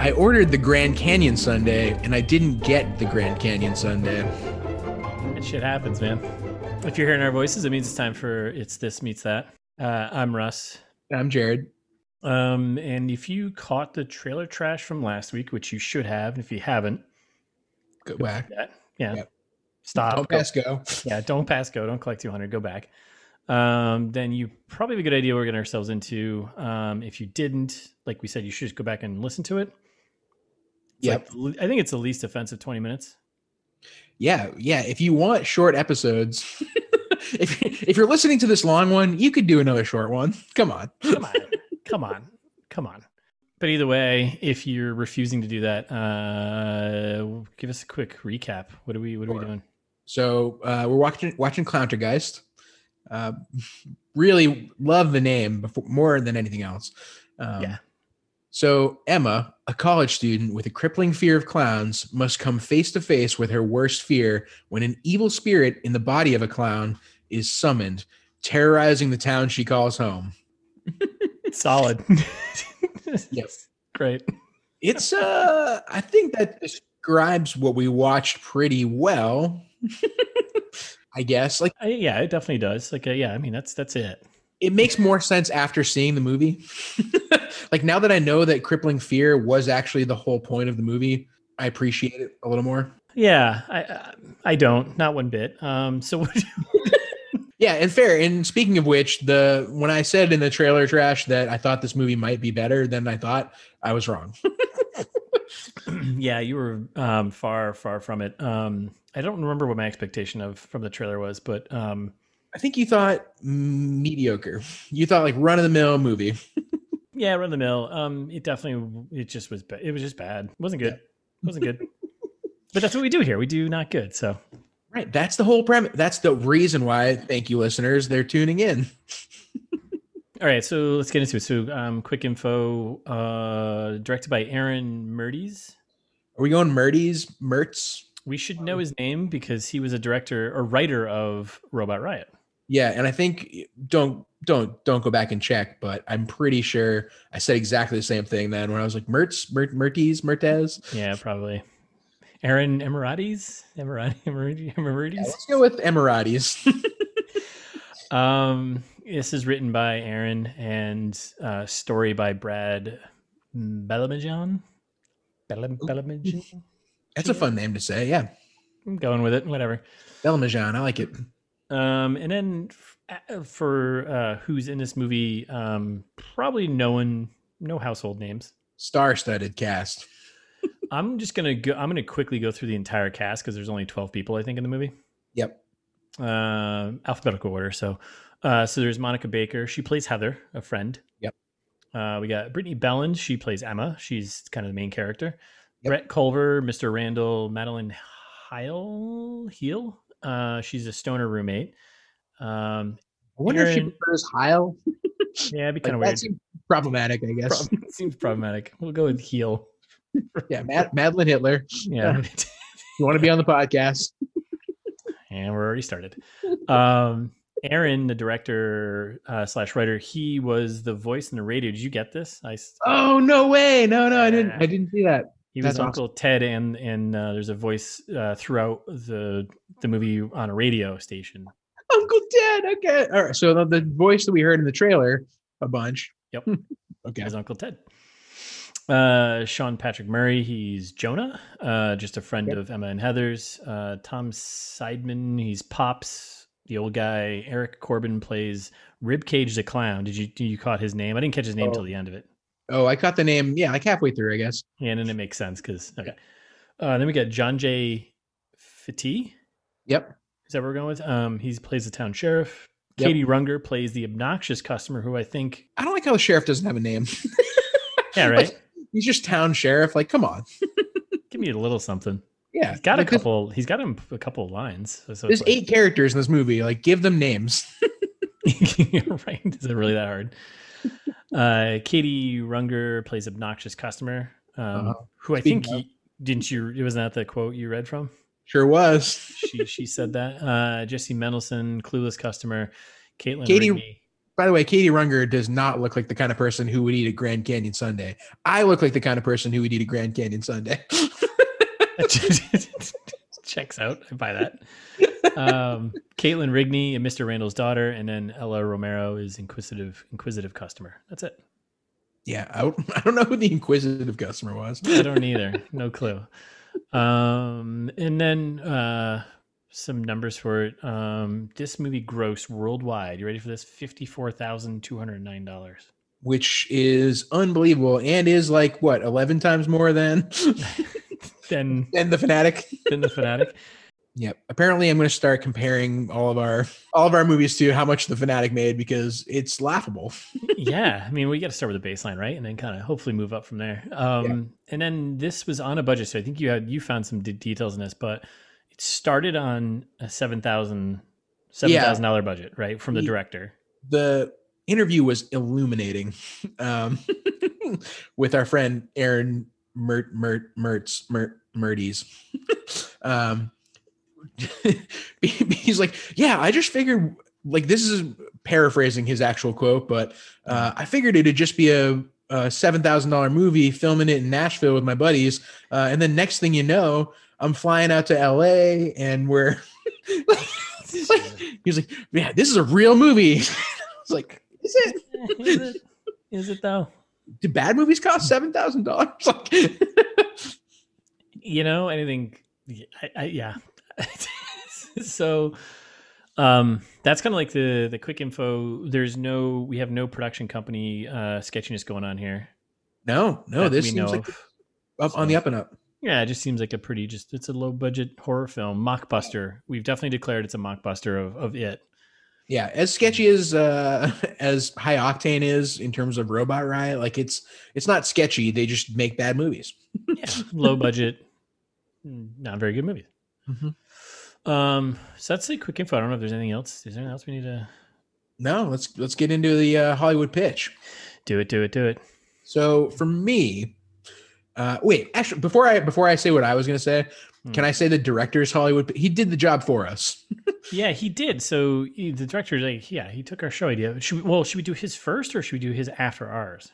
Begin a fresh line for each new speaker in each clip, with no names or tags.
I ordered the Grand Canyon Sunday and I didn't get the Grand Canyon Sunday.
That shit happens, man. If you're hearing our voices, it means it's time for It's This Meets That. Uh, I'm Russ.
I'm Jared.
Um, and if you caught the trailer trash from last week, which you should have, and if you haven't,
Good whack.
that, yeah,
Yep.
stop.
Don't
Uh, go-
pass go.
Yeah, don't pass go. Don't collect 200. Go back. Um, then you probably have a good idea what we're getting ourselves into. Um, if you didn't, like we said, you should just go back and listen to it. It's
Yep.
like the le- I think it's the least offensive 20 minutes.
Yeah, yeah. If you want short episodes, if if you're listening to this long one, you could do another short one. Come on.
come on, come on, come on. But either way, if you're refusing to do that, uh, give us a quick recap. What are we? What are we
Sure.
doing?
So uh, we're watching watching Clowntergeist. Uh, really love the name before, more than anything else. Um,
Yeah.
So Emma, a college student with a crippling fear of clowns, must come face to face with her worst fear when an evil spirit in the body of a clown is summoned, terrorizing the town she calls home.
Solid.
Yes.
Great.
It's uh, I think that describes what we watched pretty well. I guess like
I, yeah, it definitely does. Like, uh, yeah, I mean, that's that's it.
it makes more sense after seeing the movie. like now that I know that crippling fear was actually the whole point of the movie, I appreciate it a little more.
Yeah, I I, I don't not one bit. Um, so what,
Yeah, and fair. And speaking of which, the when I said in the trailer trash that I thought this movie might be better than I thought, I was wrong.
yeah, you were um far far from it. Um, I don't remember what my expectation of from the trailer was, but um,
I think you thought mm, mediocre. You thought like run of the mill movie.
Yeah, run of the mill. Um, it definitely it just was ba- it was just bad. It wasn't good. It wasn't good. but that's what we do here. We do not good. So
Right. That's the whole premise. That's the reason why, thank you, listeners, they're tuning in.
all right, so let's get into it. So um quick info, uh directed by Aaron Murdes.
Are we going Murdy's Mertz?
We should know his name because he was a director or writer of Robot Riot.
Yeah, and I think eh, don't don't don't go back and check, but I'm pretty sure I said exactly the same thing then when I was like Mertz, Mert, Mertes, Mertes.
Yeah, probably. Aaron Emiratis? Emirati Emirati
Yeah,
Emiratis?
let's go with Emiratis.
Um, this is written by Aaron and uh, story by Brad Belamijan. Belam- Belamijan?
That's a fun name to say. Yeah,
I'm going with it, whatever.
Belmajan, I like it.
Um, and then f- uh, for uh, who's in this movie, um, probably no one, no household names.
Star-studded cast.
I'm just gonna go. I'm gonna quickly go through the entire cast because there's only 12 people I think in the movie.
Yep.
uh, alphabetical order. So, uh, so there's Monica Baker. She plays Heather, a friend.
Yep.
Uh, we got Brittany Belland. She plays Emma. She's kind of the main character.
Yep.
Brett Culver, Mr. Randall, Madeline Heil. Heel. Uh, she's a stoner roommate. Um,
I wonder if she
Aaron-
prefers Heil.
yeah, it'd be
Like,
kind of
that
weird.
seems problematic, I guess.
Prob- seems problematic. We'll go with heel.
Yeah, Mad- Madeline Hitler.
Yeah.
You want to be on the podcast?
and we're already started. Um, Aaron, the director uh, slash writer, he was the voice in the radio. Did you get this? I s-
Oh no way! No, no, I didn't. I didn't see that.
He was
That's awesome.
Uncle Ted, and and uh, there's a voice uh, throughout the the movie on a radio station.
Uncle Ted. Okay. All right. So the, the voice that we heard in the trailer a bunch.
Yep.
okay.
As Uncle Ted, uh, Sean Patrick Murray, he's Jonah, uh, just a friend
Yep.
of Emma and Heather's. Uh, Tom Seidman, he's Pops, the old guy. Eric Corbin plays Ribcage the Clown. Did you did you caught his name? I didn't catch his name
Oh.
till the end of it.
Oh, I caught the name. Yeah, like halfway through, I guess.
Yeah, and then it makes sense because okay. Uh, then we got John J. Fitty.
Yep.
Is that what we're going with? Um, he plays the town sheriff.
Yep.
Katie Runger plays the obnoxious customer who I think.
I don't like how the sheriff doesn't have a name.
Yeah,
Like,
right.
he's just town sheriff. Like, come on.
Give me a little something.
Yeah.
He's got a
Like, there's-
couple. He's got him a couple of lines. So, so
There's
it's
eight characters in this movie. Like, give them names.
like- You're right. Is it really that hard? Uh, Katie Runger plays obnoxious customer, um,
Uh-huh.
who I
Speaking
think you- didn't you? Wasn't that the quote you read from?
Sure was.
She she said that. Uh, Jesse Mendelson, clueless customer. Caitlin
Katie-
Rigney.
By the way, Katie Runger does not look like the kind of person who would eat a Grand Canyon Sunday. I look like the kind of person who would eat a Grand Canyon Sunday.
Checks out. I buy that. Um, Caitlin Rigney and Mr. Randall's daughter, and then Ella Romero is inquisitive, inquisitive customer. That's it.
yeah, I, don't- I don't know who the inquisitive customer was.
I don't either. No clue. Um, and then uh, some numbers for it. Um, this movie grossed worldwide. You ready for this? Fifty-four thousand two hundred nine dollars.
Which is unbelievable and is like what, 11 times more than
Then,
than the Fanatic?
then the fanatic.
Yep. Apparently, I'm going to start comparing all of our all of our movies to how much the Fanatic made because it's laughable.
yeah, I mean, we got to start with the baseline, right? And then kind of hopefully move up from there. Um, And then this was on a budget, so I think you had you found some d- details in this, but it started on a seven thousand seven
Yeah.
thousand dollar budget, right, from the
Ye-
director.
The interview was illuminating um, with our friend Aaron Mert Mert Mertz Mert Mertes. um, he's like, yeah, I just figured like this is paraphrasing his actual quote, but uh, I figured it'd just be a, a seven thousand dollar movie, filming it in Nashville with my buddies, uh, and then next thing you know, I'm flying out to L.A. and we're. he was like, "Yeah, this is a real movie." I was like, "Is it?
Eh, is it? Is it though?
Do bad movies cost seven thousand dollars?" Like,
you know anything y- I, I, yeah so um that's kind of like the the quick info there's no we have no production company uh sketchiness going on here
no, no,
that
this
we
seems like
of.
up on the up and up.
yeah it just seems like a pretty just it's a low budget horror film mockbuster we've definitely declared it's a mockbuster of, of it
Yeah, as sketchy as uh, as high octane is in terms of Robot Riot, like it's it's not sketchy. They just make bad movies.
yeah, low budget mm, not very good movie
Mhm.
um so that's the quick info i don't know if there's anything else is there anything else we need to
No, let's let's get into the uh, Hollywood pitch.
do it do it do it
So for me, uh, wait, actually, before I before I say what I was gonna say,
Hmm.
can I say the director's Hollywood? He did the job for us.
Yeah, he did. So he- the director's like, yeah, he took our show idea. Should we, well, should we do his first or should we do his after ours?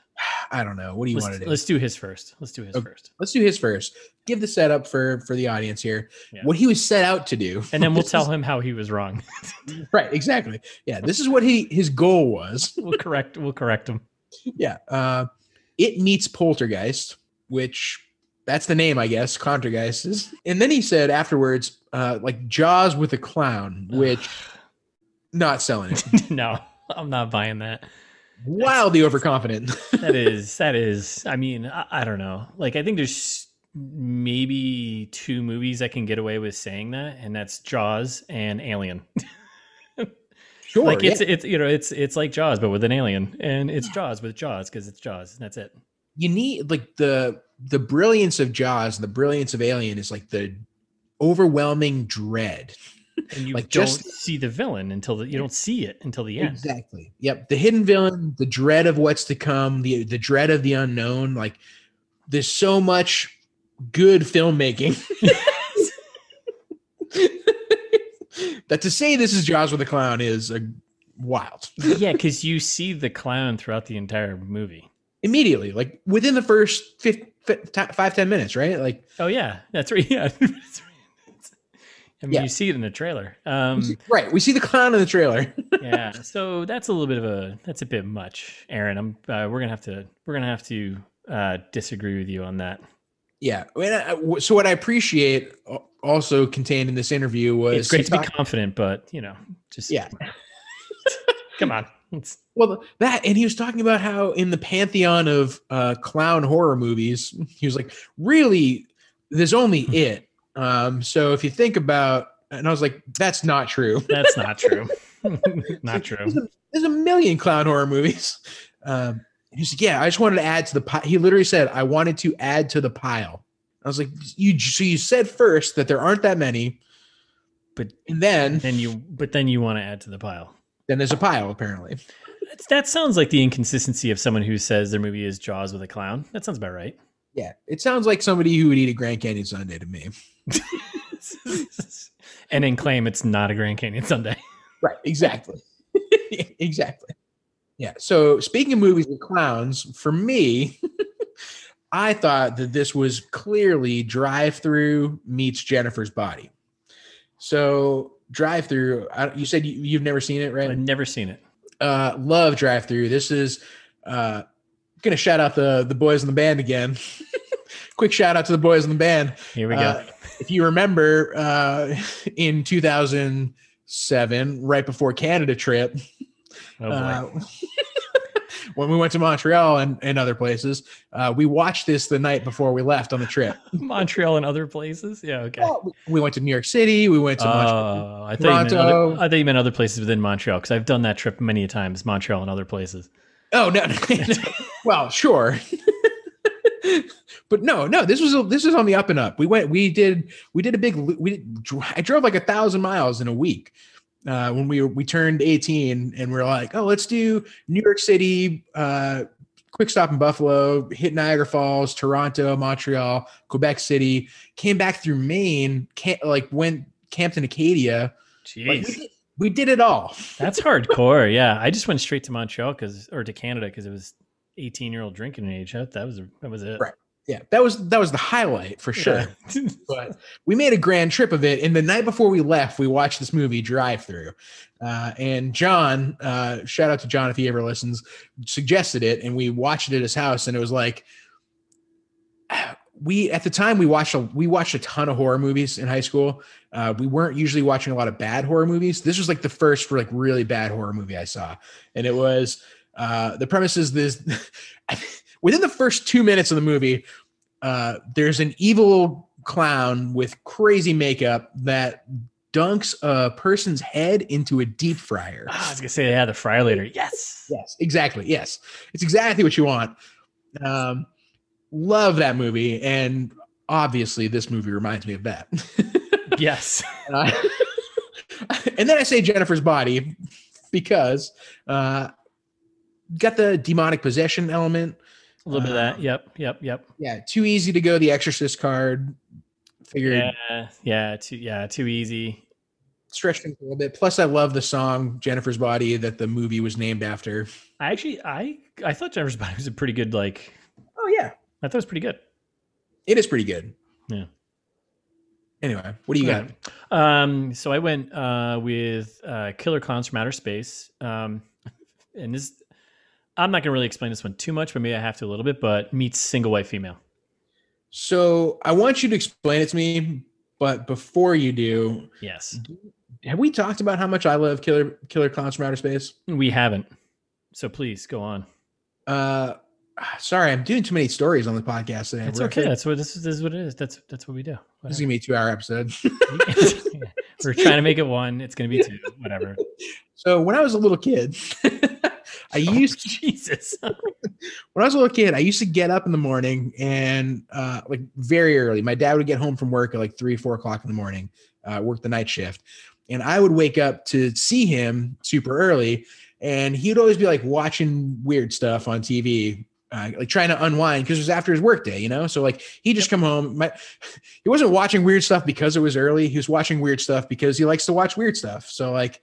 I don't know. What do you want
Let's,
to do?
let's do his first. Let's do his
Okay.
first.
let's do his first. Give the setup for for the audience here.
Yeah.
What he was set out to do.
And then we'll
This
tell him how he was wrong.
is- right, exactly. Yeah, this is what he his goal was.
we'll correct we'll correct him.
yeah. Uh it meets poltergeist, which that's the name, I guess, Contergeist is. And then he said afterwards, uh, like Jaws with a clown, which not selling it.
no, I'm not buying that.
Wildly overconfident.
That is that is I mean, I, I don't know. Like I think there's maybe two movies I can get away with saying that, and that's Jaws and Alien.
sure.
like it's
yeah.
it's you know, it's it's like Jaws but with an alien. And it's Jaws with Jaws because it's Jaws and that's it.
you need like the the brilliance of Jaws and the brilliance of Alien is like the overwhelming dread
and you
Like,
don't
just-
see the villain until the, you don't see it until the end.
Exactly. Yep. The hidden villain, the dread of what's to come, the the dread of the unknown. Like there's so much good filmmaking. that to say this is Jaws with a clown is a wild.
yeah, because you see the clown throughout the entire movie.
Immediately, like within the first fif- fi- ti- five ten minutes, right? Like
Oh yeah, that's right. Yeah, That's right. I mean,
Yeah.
you see it in the trailer.
we
Um,
see- right, we see the clown in the trailer.
yeah, so that's a little bit of a that's a bit much, Aaron. I'm uh, we're gonna have to we're gonna have to uh, disagree with you on that.
yeah. I mean, I- I- w- so what I appreciate al- also contained in this interview was
it's great to be
Hitchcock-
confident, but you know, just
Yeah.
come on. It's,
Well, that and he was talking about how in the pantheon of uh, clown horror movies, he was like, "Really, there's only it." Um, so if you think about, and I was like, "That's not true."
that's not true. not true.
There's a, there's a million clown horror movies. Um, and he's like, "Yeah, I just wanted to add to the pile." He literally said, "I wanted to add to the pile." I was like, "You so you said first that there aren't that many,
But-
and then
Then you, but then you want to add to the pile.
then there's a pile apparently."
That's, that sounds like the inconsistency of someone who says their movie is Jaws with a clown. That sounds about right.
Yeah, it sounds like somebody who would eat a Grand Canyon Sunday to me.
and then claim it's not a Grand Canyon Sunday.
Right, exactly. exactly. Yeah. So speaking of movies with clowns, for me, I thought that this was clearly Drive Through meets Jennifer's Body. So Drive Through, you said you, you've never seen it,
I've
right?
never seen it.
Uh, love Drive Through. This is uh, gonna shout out the the boys in the band again. Quick shout out to the boys in the band.
Here we go.
Uh, if you remember, uh, in 2007, right before Canada trip,
oh boy.
uh, when we went to Montreal and, and other places, uh, we watched this the night before we left on the trip.
Montreal and other places. Yeah. Okay.
Well, we went to New York City. We went to Montreal.
Oh, I thought, you meant
Toronto.
other, I thought you meant other places within Montreal because I've done that trip many times, Montreal and other places.
Oh no! well, sure. But no, no. This was this was on the up and up. We went. We did. We did a big. lo- We did, dr- I drove like a thousand miles in a week. Uh, when we were- we turned eighteen, and we are like, oh, let's do New York City, uh, quick stop in Buffalo, hit Niagara Falls, Toronto, Montreal, Quebec City. Came back through Maine. Can't, like went camped in Acadia. Like, we,
Jeez,
did, we did it all.
that's hardcore. Yeah, I just went straight to Montreal because, or to Canada because it was eighteen-year-old drinking age. That that was that was it.
Right, Yeah, that was that was the highlight for sure.
Yeah.
but we made a grand trip of it. And the night before we left, we watched this movie Drive Through. Uh, and John, uh, shout out to John if he ever listens, suggested it, and we watched it at his house, and it was like we at the time we watched a we watched a ton of horror movies in high school. Uh, we weren't usually watching a lot of bad horror movies. This was like the first like really bad horror movie I saw, and it was uh, the premise is this. within the first two minutes of the movie, uh, there's an evil clown with crazy makeup that dunks a person's head into a deep fryer.
Ah, I was gonna say they had the fry later. Yes.
Yes, exactly. Yes, it's exactly what you want. Um, love that movie, and obviously, this movie reminds me of that.
Yes.
Uh, and then I say Jennifer's body because uh, got the demonic possession element.
A little bit of
Um,
that. Yep. Yep. Yep.
Yeah, too easy to go the Exorcist card. Figured
Yeah. Yeah. Too. Yeah. Too easy.
stretch things a little bit. Plus, I love the song "Jennifer's Body" that the movie was named after.
I actually, I, I thought Jennifer's Body was a pretty good. Like,
Oh yeah,
I thought it was pretty good.
it is pretty good.
Yeah.
Anyway, what do you got?
Um, so I went uh, with uh, Killer Clowns from Outer Space, um, and this I'm not gonna really explain this one too much, but maybe I have to a little bit. But meets single white female.
So I want you to explain it to me, but before you do,
Yes,
have we talked about how much I love Killer Killer Clowns from Outer Space?
we haven't. So please go on.
Uh, sorry, I'm doing too many stories on the podcast today.
It's
We're-
okay. That's what this is. This is what it is. That's that's what we do.
This is
Whatever.
gonna be a two-hour episode.
We're trying to make it one. It's gonna be two. Whatever.
so when I was a little kid, I used
Jesus.
when I was a little kid, I used to get up in the morning and uh, like very early. My dad would get home from work at like three, four o'clock in the morning, uh, work the night shift, and I would wake up to see him super early. And he'd always be like watching weird stuff on TV, uh, like trying to unwind because it was after his work day, you know. So like he would just come home. My, he wasn't watching weird stuff because it was early. He was watching weird stuff because he likes to watch weird stuff. So like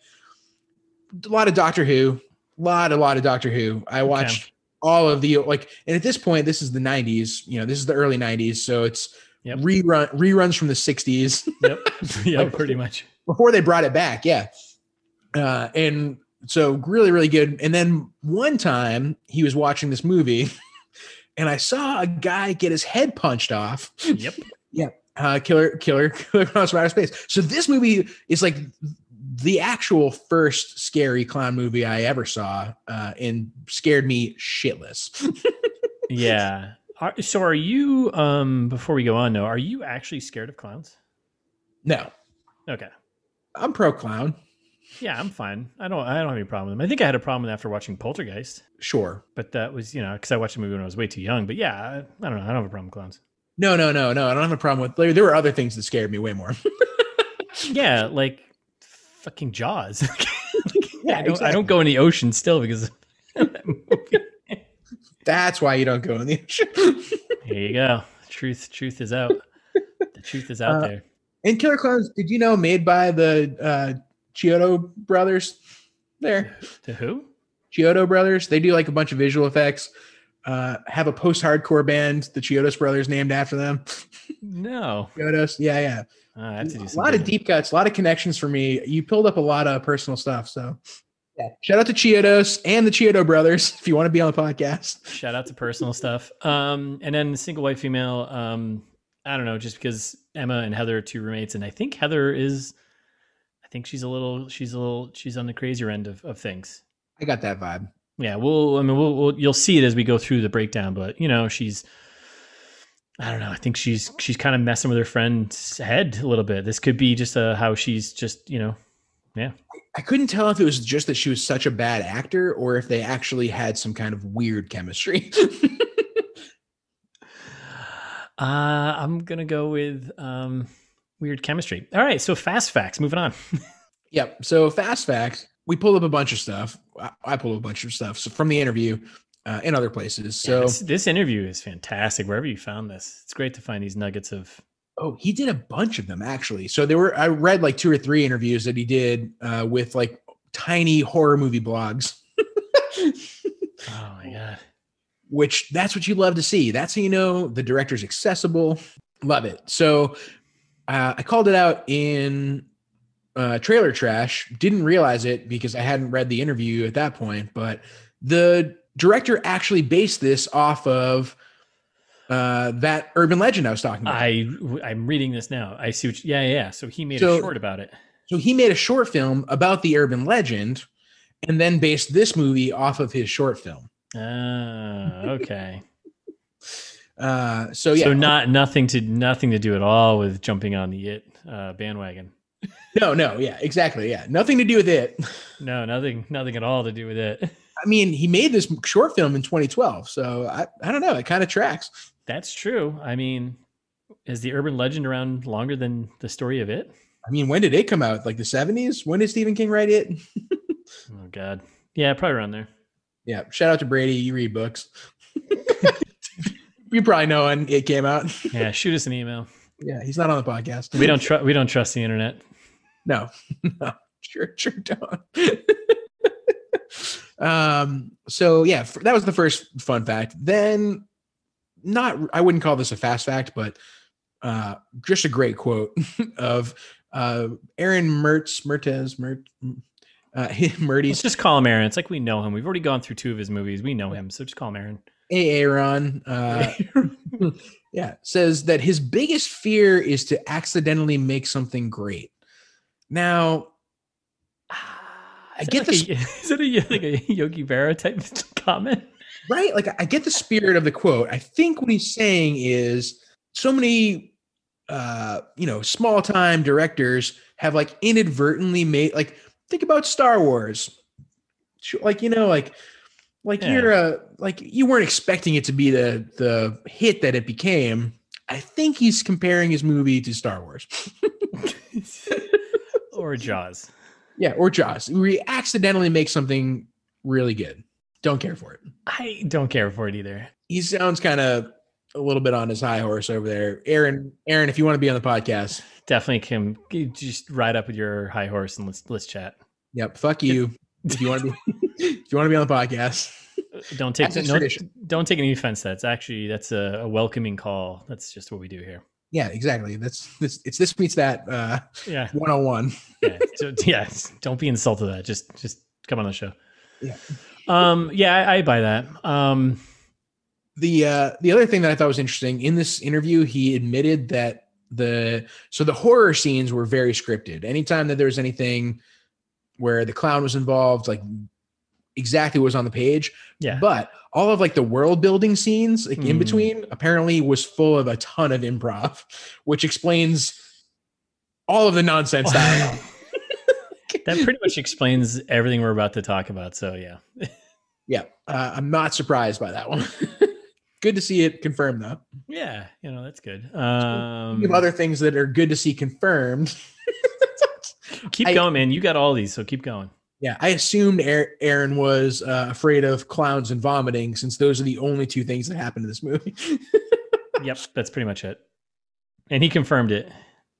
a lot of Doctor Who, lot a lot of Doctor Who. I watched all of the like and at this point this is the 90s you know this is the early 90s so it's
Yep.
rerun reruns from the 60s
Yep. Yeah. Pretty much.
before they brought it back yeah uh and so really really good and then one time he was watching this movie and i saw a guy get his head punched off
Yep.
uh killer killer killer clowns from outer space so this movie is like the actual first scary clown movie i ever saw uh and scared me shitless
Yeah. Are, so are you? Um. Before we go on, though, are you actually scared of clowns?
no
Okay.
i'm pro clown
Yeah, I'm fine. I don't. I don't have any problem with them. I think I had a problem with them after watching Poltergeist,
sure
but that was you know because I watched the movie when I was way too young. But yeah, I, I don't know. I don't have a problem with clowns.
No, no, no, no. I don't have a problem with. Like, there were other things that scared me way more.
Yeah, like fucking Jaws.
Yeah,
I don't. I don't go in the ocean still because. there
That's why you don't go in the ocean.
you go. Truth. Truth is out. The truth is out
Uh,
there.
and Killer Clowns, did you know, made by the uh, Chiodo brothers? There,
To who?
Chiodo Brothers. They do like a bunch of visual effects. Uh, have a post-hardcore band, the Chiodos Brothers, named after them.
No,
Chiodos, yeah, yeah.
I have to do
a lot of
digging.
deep cuts, a lot of connections for me. You pulled up a lot of personal stuff, so yeah. Shout out to Chiodos and the Chiodo Brothers if you want to be on the podcast.
Shout out to personal stuff. Um, and then single white female. Um, I don't know, just because Emma and Heather are two roommates, and I think Heather is, I think she's a little, she's a little, she's on the crazier end of, of things.
I got that vibe.
Yeah, we'll, I mean, we'll, we'll, you'll see it as we go through the breakdown, but you know, she's, I don't know, I think she's, she's kind of messing with her friend's head a little bit. This could be just uh how she's just, you know,
I couldn't tell if it was just that she was such a bad actor or if they actually had some kind of weird chemistry.
uh, I'm gonna go with um, weird chemistry. All right, so fast facts. Moving on.
Yep. So fast facts, we pulled up a bunch of stuff. I, I pulled up a bunch of stuff so from the interview uh, and other places.
Yeah,
So,
this, this interview is fantastic. Wherever you found this, it's great to find these nuggets of.
oh, he did a bunch of them actually. So there were I read like two or three interviews that he did uh, with like tiny horror movie blogs.
Oh my god!
which that's what you love to see. That's how you know the director's accessible. Love it. So uh, I called it out in uh, Trailer Trash. Didn't realize it because I hadn't read the interview at that point, but the director actually based this off of uh, that urban legend I was talking about.
I I'm reading this now. I see. What you, yeah, yeah, yeah. So he made
So-
a short about it.
so he made a short film about the urban legend and then based this movie off of his short film.
Ah, okay.
Uh, so yeah,
So not nothing to nothing to do at all with jumping on the it uh, bandwagon.
no, no, yeah, exactly, yeah, nothing to do with it.
No, nothing nothing at all to do with it.
I mean, he made this short film in 2012, so I, I don't know. It kind of tracks.
That's true. I mean, is the urban legend around longer than the story of it?
I mean, when did it come out? Like the 70s? When did Stephen King write it?
Oh god. Yeah, probably around there.
Yeah. Shout out to Brady. You read books. you probably know when it came out.
Yeah, shoot us an email.
Yeah, he's not on the podcast.
We don't trust we don't trust the internet.
No, no, sure, sure don't. um, so yeah, f- that was the first fun fact. Then, not I wouldn't call this a fast fact, but uh, just a great quote of uh, Aaron Mertz, Mertez, Mert, uh,
Let's
Mertes,
just call him Aaron. It's like we know him. We've already gone through two of his movies. We know him, so just call him Aaron.
Aaron. Uh, yeah, says that his biggest fear is to accidentally make something great. Now, I get
like a- is it a like a Yogi Berra type comment?
right? Like I get the spirit of the quote. I think what he's saying is so many uh you know small time directors have like inadvertently made like think about Star Wars. Sure, Like you know like like
Yeah.
you're a like you weren't expecting it to be the the hit that it became. I think he's comparing his movie to Star Wars.
or Jaws.
Yeah, or Jaws. We accidentally make something really good. Don't care for it.
I don't care for it either.
he sounds kind of a little bit on his high horse over there. Aaron, Aaron, if you want to be on the podcast,
Definitely can you just ride up with your high horse and let's let's chat.
yep, fuck you. If you want to be, if you want to be on the podcast,
Don't take
That's his
no,
tradition.
don't take any offense. to that. It's actually that's a, a welcoming call. That's just what we do here.
yeah, exactly. That's this. It's this meets that uh,
Yeah,
one on one.
yeah. So, yeah. Don't be insulted. At that just just come on the show.
Yeah.
Um. Yeah, I, I buy that. Um.
The uh, the other thing that I thought was interesting in this interview, he admitted that the so the horror scenes were very scripted. Anytime that there was anything where the clown was involved, like exactly what was on the page,
Yeah.
But all of like the world building scenes like in
Hmm.
between apparently was full of a ton of improv, which explains all of the nonsense. dialogue.
that pretty much explains everything we're about to talk about. So yeah.
yeah, uh, I'm not surprised by that one. good to see it confirmed though.
Yeah, you know, that's good. Um
Speaking of other things that are good to see confirmed.
keep
I-
going, man. You got all these, so keep going.
Yeah, I assumed Aar- Aaron was uh, afraid of clowns and vomiting since those are the only two things that happened in this movie.
Yep, that's pretty much it. And he confirmed it.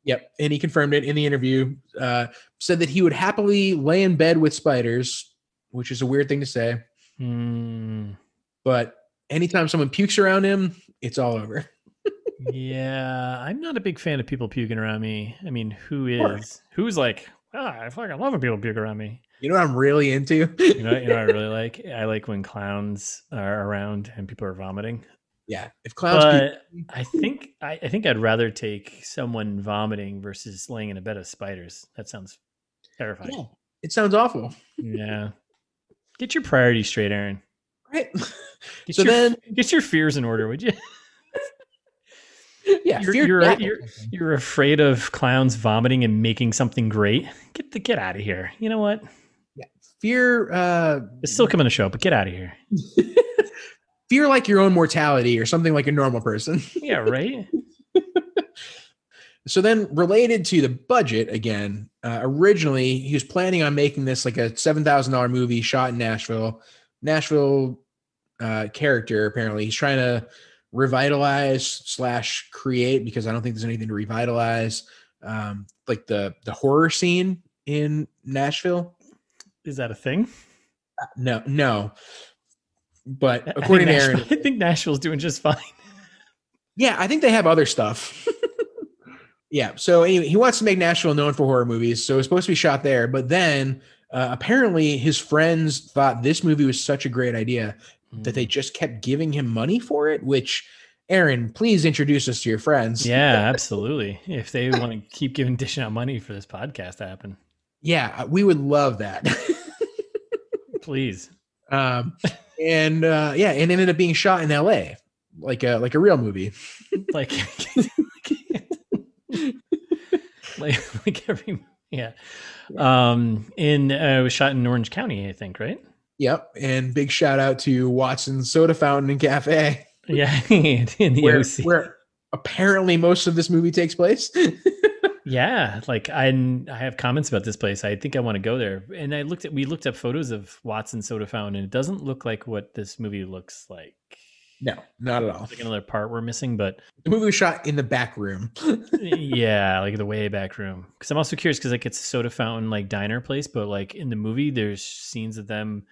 Yep. And he confirmed it in the interview, uh, said that he would happily lay in bed with spiders which is a weird thing to say.
Hmm.
But anytime someone pukes around him, it's all over.
yeah, I'm not a big fan of people puking around me. I mean, who
Sure.
is? Who's like, ah, I fucking love when people puke around me.
You know what I'm really into?
You know, you know, what I really like. I like when clowns are around and people are vomiting.
yeah. If clowns puke,
But I think I, I think I'd rather take someone vomiting versus laying in a bed of spiders. That sounds terrifying.
yeah, it sounds awful,
yeah. Get your priorities straight, Aaron.
right?
Get
So
your,
then-
get your fears in order, would you?
yeah.
You're-
fear
you're-
death or
you're-
something.
You're afraid of clowns vomiting and making something great. Get the get out of here. You know what?
fear uh
It's still coming to show, but get out of here.
fear like your own mortality or something like a normal person.
Yeah, right.
So then, related to the budget again, uh, originally he was planning on making this like a seven thousand dollar movie shot in Nashville. Nashville uh, character apparently he's trying to revitalize slash create because I don't think there's anything to revitalize, um, like the the horror scene in Nashville.
Is that a thing?
Uh, No, no.
I- I
But
think
according to
Nashville-
Aaron,
I think Nashville's doing just fine.
Yeah, I think they have other stuff. yeah. So anyway, he wants to make Nashville known for horror movies, so it's supposed to be shot there. But then uh, apparently his friends thought this movie was such a great idea that they just kept giving him money for it. Which, Aaron, please introduce us to your friends.
Yeah, absolutely. If they want to keep giving dishing out money for this podcast to happen,
Yeah, uh, we would love that.
please.
um, and uh, yeah, and ended up being shot in L.A. like a like a real movie.
Like, like, like every yeah. Um, in uh, it was shot in Orange County, I think, right?
Yep. And big shout out to Watson's Soda Fountain and Cafe.
Yeah, in the
where,
OC.
where apparently most of this movie takes place.
Yeah, like I I have comments about this place. I think I want to go there. And I looked at we looked up photos of Watson Soda Fountain, and it doesn't look like what this movie looks like.
no, not at all.
There's like another part we're missing, but
The movie was shot in the back room.
yeah, like the way back room. Because I'm also curious because like it's a soda fountain like diner place, but like in the movie, there's scenes of them.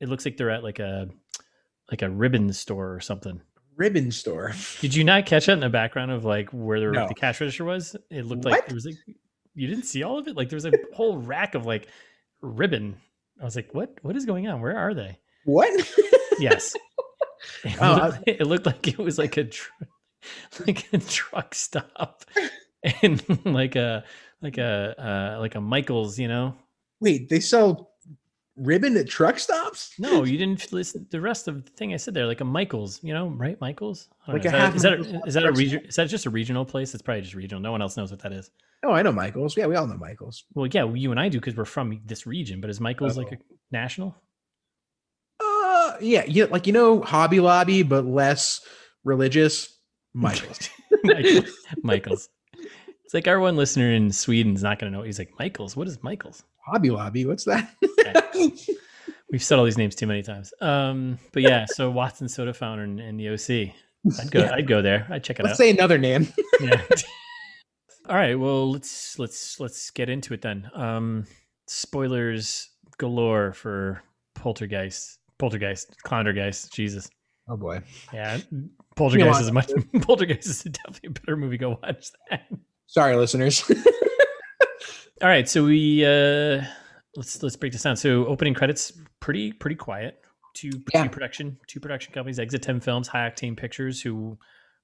It looks like they're at like a like a ribbon store or something.
Ribbon store.
Did you not catch that in the background of like where the,
No.
the cash register was? It looked
What?
like there was like you didn't see all of it. Like there was a whole rack of like ribbon. I was like, what? What is going on? Where are they?
What?
Yes. It,
Oh, I-
looked, it looked like it was like a tr- like a truck stop and like a like a uh, like a Michaels. You know?
Wait, they sell ribbon at truck stops?
No, you didn't listen. The rest of the thing I said there, like a Michaels. You know, right? Michaels. I don't
Like
know.
a half
is that a-
Michaels
is that a, is that a
truck stop.
region? Is that just a regional place? It's probably just regional. No one else knows what that is.
Oh, I know Michaels. Yeah, we all know Michaels.
Well, yeah, well, you and I do because we're from this region. But is Michael's like
Oh.
a national?
Uh, yeah, yeah, like you know Hobby Lobby, but less religious. Michaels.
Michael- Michael's. It's like our one listener in Sweden's not going to know. He's like Michael's. What is Michael's?
Hobby Lobby, what's that?
We've said all these names too many times. Um, but yeah, so Watson Soda Fountain and the OC. I'd go.
Yeah.
I'd go there. I'd check it
Let's
out.
say another name.
Yeah. all right. Well, let's let's let's get into it then. Um, spoilers galore for Poltergeist. Poltergeist. Clowndergeist. Jesus.
Oh boy.
Yeah, Poltergeist
lot
is a much Poltergeist is definitely a better movie. Go watch that.
Sorry, listeners.
All right, so we uh let's let's break this down. So opening credits pretty pretty quiet. Two,
Yeah.
two production two production companies, Exit Ten Films, High Octane Pictures, who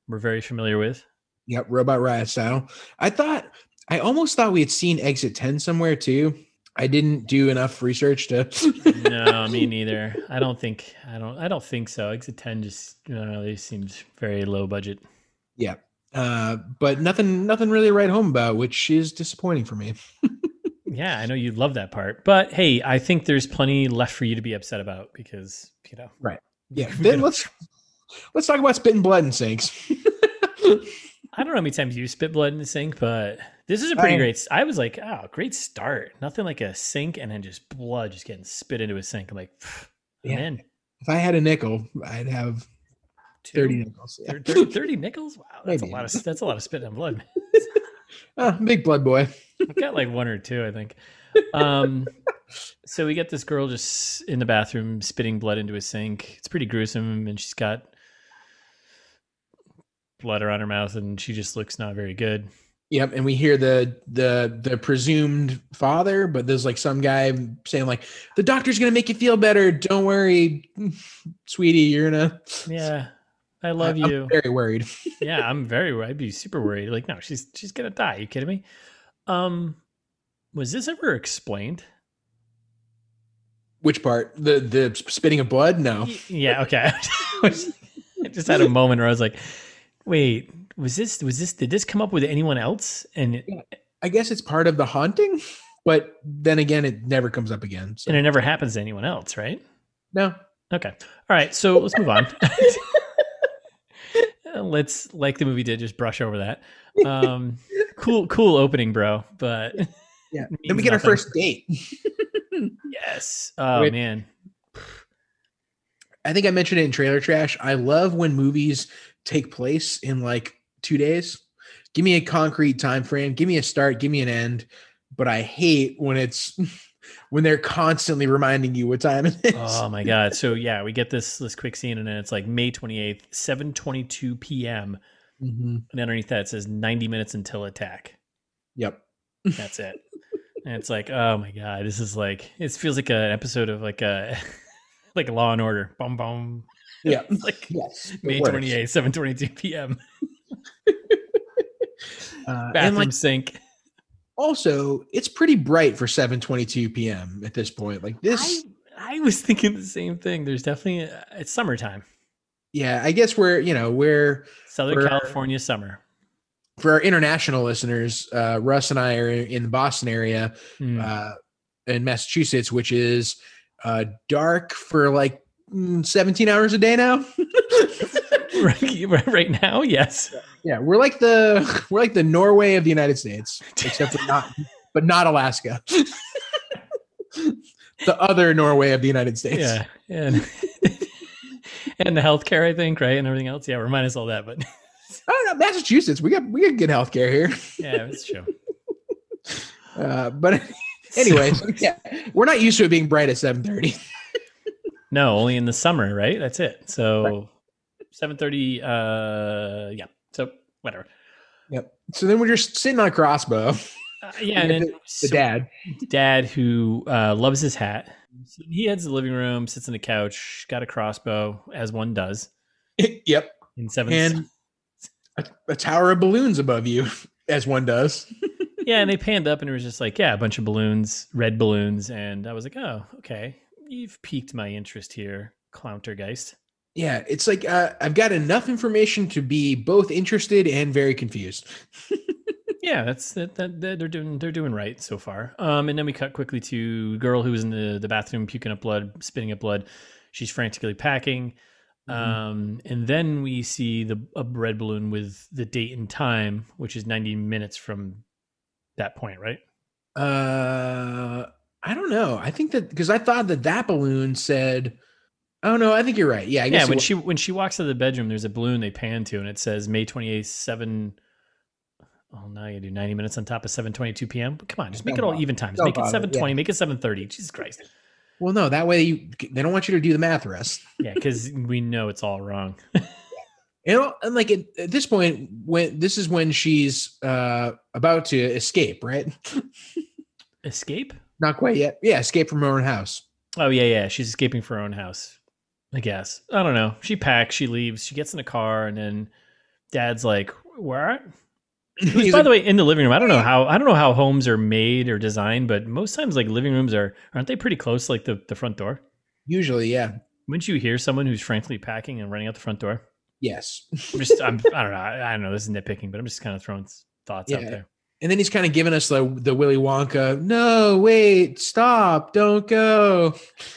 we're very familiar with.
Yep, Robot Riot style. I thought I almost thought we had seen Exit 10 somewhere too. I didn't do enough research to
No, me neither. I don't think I don't I don't think so. Exit Ten just I don't know. They seemed very low budget.
uh but nothing nothing really to write home about, which is disappointing for me.
Yeah, I know you love that part, but hey, I think there's plenty left for you to be upset about because you know
Yeah.
We
Then
gotta-
let's let's talk about spitting blood and sinks.
I don't know how many times you spit blood in the sink, but this is a pretty
I-
great. s- I was like, oh, great start. Nothing like a sink and then just blood just getting spit into a sink. I'm like, pff, I'm
Yeah.
in.
if I had a nickel, I'd have
Two-
30 nickels. Yeah.
thir- thir- 30 nickels? Wow, that's
Maybe.
a lot of that's a lot of spit and blood.
Ah, big blood boy.
I've got like one or two, I think. um, so we get this girl just in the bathroom spitting blood into a sink. It's pretty gruesome, and she's got blood around her mouth, and she just looks not very good.
Yep, and we hear the the the presumed father, but there's like some guy saying like the doctor's gonna make you feel better. Don't worry, sweetie, you're gonna.
Yeah, I love
I'm
you.
Very worried.
yeah, I'm very worried. I'd be super worried. Like, no, she's she's gonna die. you kidding me? Um, was this ever explained?
Which part? The the spitting of blood? No.
Y- Yeah. Okay. I just had a moment where I was like, wait, was this was this did this come up with anyone else? And it,
I guess it's part of the haunting, but then again, it never comes up again. So
and it never happens to anyone else, right?
no.
Okay. All right. So let's move on. Uh, let's like the movie did just brush over that. Um, cool, cool opening, bro. But
Yeah.
means
Then we get our
nothing.
first date.
yes. Oh
Wait.
man.
I think I mentioned it in trailer trash. I love when movies take place in like two days. Give me a concrete time frame. Give me a start. Give me an end. But I hate when it's when they're constantly reminding you what time it is.
Oh my god. So yeah, we get this this quick scene, and then it's like May twenty eighth, seven twenty two p.m.
Mhm.
And underneath that it says ninety minutes until attack.
Yep.
That's it. and it's like, oh my god, this is like it feels like an episode of like a like Law and Order. Boom, boom.
Yeah.
Like
Yes. it
May
works.
twenty eighth, seven twenty two p.m.
Uh, and
Bathroom
like
sink.
also, it's pretty bright for 7:22 p.m. at this point. Like this.
I, I was thinking the same thing. There's definitely uh, it's summertime,
yeah, I guess we're you know we're
Southern
We're-
California summer.
for our international listeners, uh, Russ and I are in the Boston area
Hmm.
uh, in Massachusetts, which is uh, dark for like mm, 17 hours a day now.
Hmm. right, right now, yes.
yeah, we're like the we're like the Norway of the United States, except for not, but not Alaska. the other Norway of the United States.
yeah, and and the healthcare, I think, right, and everything else. Yeah, we're minus all that, but
I don't know, Oh, Massachusetts. We got we got good healthcare here.
yeah, it's true.
Uh, but anyway,
So-
so, yeah, we're not used to it being bright at 7:30.
no, only in the summer, right? That's it. So seven thirty. Uh, yeah. So whatever.
So then we're just sitting on a crossbow.
Uh, yeah,
We
and
get
then
The
so
dad.
dad who uh, loves his hat. So he heads to the living room, sits on the couch, got a crossbow, as one does
yep.
in seven.
And a, a tower of balloons above you, as one does.
yeah, and they panned up and it was just like, yeah, a bunch of balloons, red balloons. And I was like, oh, okay. You've piqued my interest here, Clowntergeist.
Yeah, it's like uh, I've got enough information to be both interested and very confused.
Yeah, that's that, that, that they're doing they're doing right so far. Um and then we cut quickly to girl who was in the, the bathroom puking up blood, spitting up blood. She's frantically packing.
Mm-hmm.
Um and then we see the a red balloon with the date and time, which is 90 minutes from that point, right?
Uh, I don't know. I think that because I thought that that balloon said, "Oh no, I think you're right." Yeah, I guess
yeah,
it
when
wa-
she when she walks out of the bedroom, there's a balloon they pan to, and it says May 28th, seven. Oh, now you do 90 minutes on top of 7:22 p.m. But come on, just make it
Don't
all
bother.
even times.
Don't
Make it
bother,
7:20. Make it 7:30. Jesus Christ.
Well, no, that way you, they don't want you to do the math rest.
Yeah, because we know it's all wrong.
And, all- and like at, at this point, when this is when she's uh about to escape, right?
Escape?
Not quite yet. Yeah, escape from her own house.
Oh yeah, yeah. She's escaping from her own house. I guess. I don't know. She packs. She leaves. She gets in a car, and then Dad's like, "Where?" Which, by the way, in the living room, I don't know how I don't know how homes are made or designed, but most times, like living rooms are aren't they pretty close, like the the front door?
Usually, yeah.
Wouldn't you hear someone who's frankly packing and running out the front door?
Yes.
I'm just, I'm, I don't know. I, I don't know. This is nitpicking, but I'm just kind of throwing s- thoughts out
Yeah.
there.
And then he's kind of giving us the the Willy Wonka. No, wait, stop, don't go.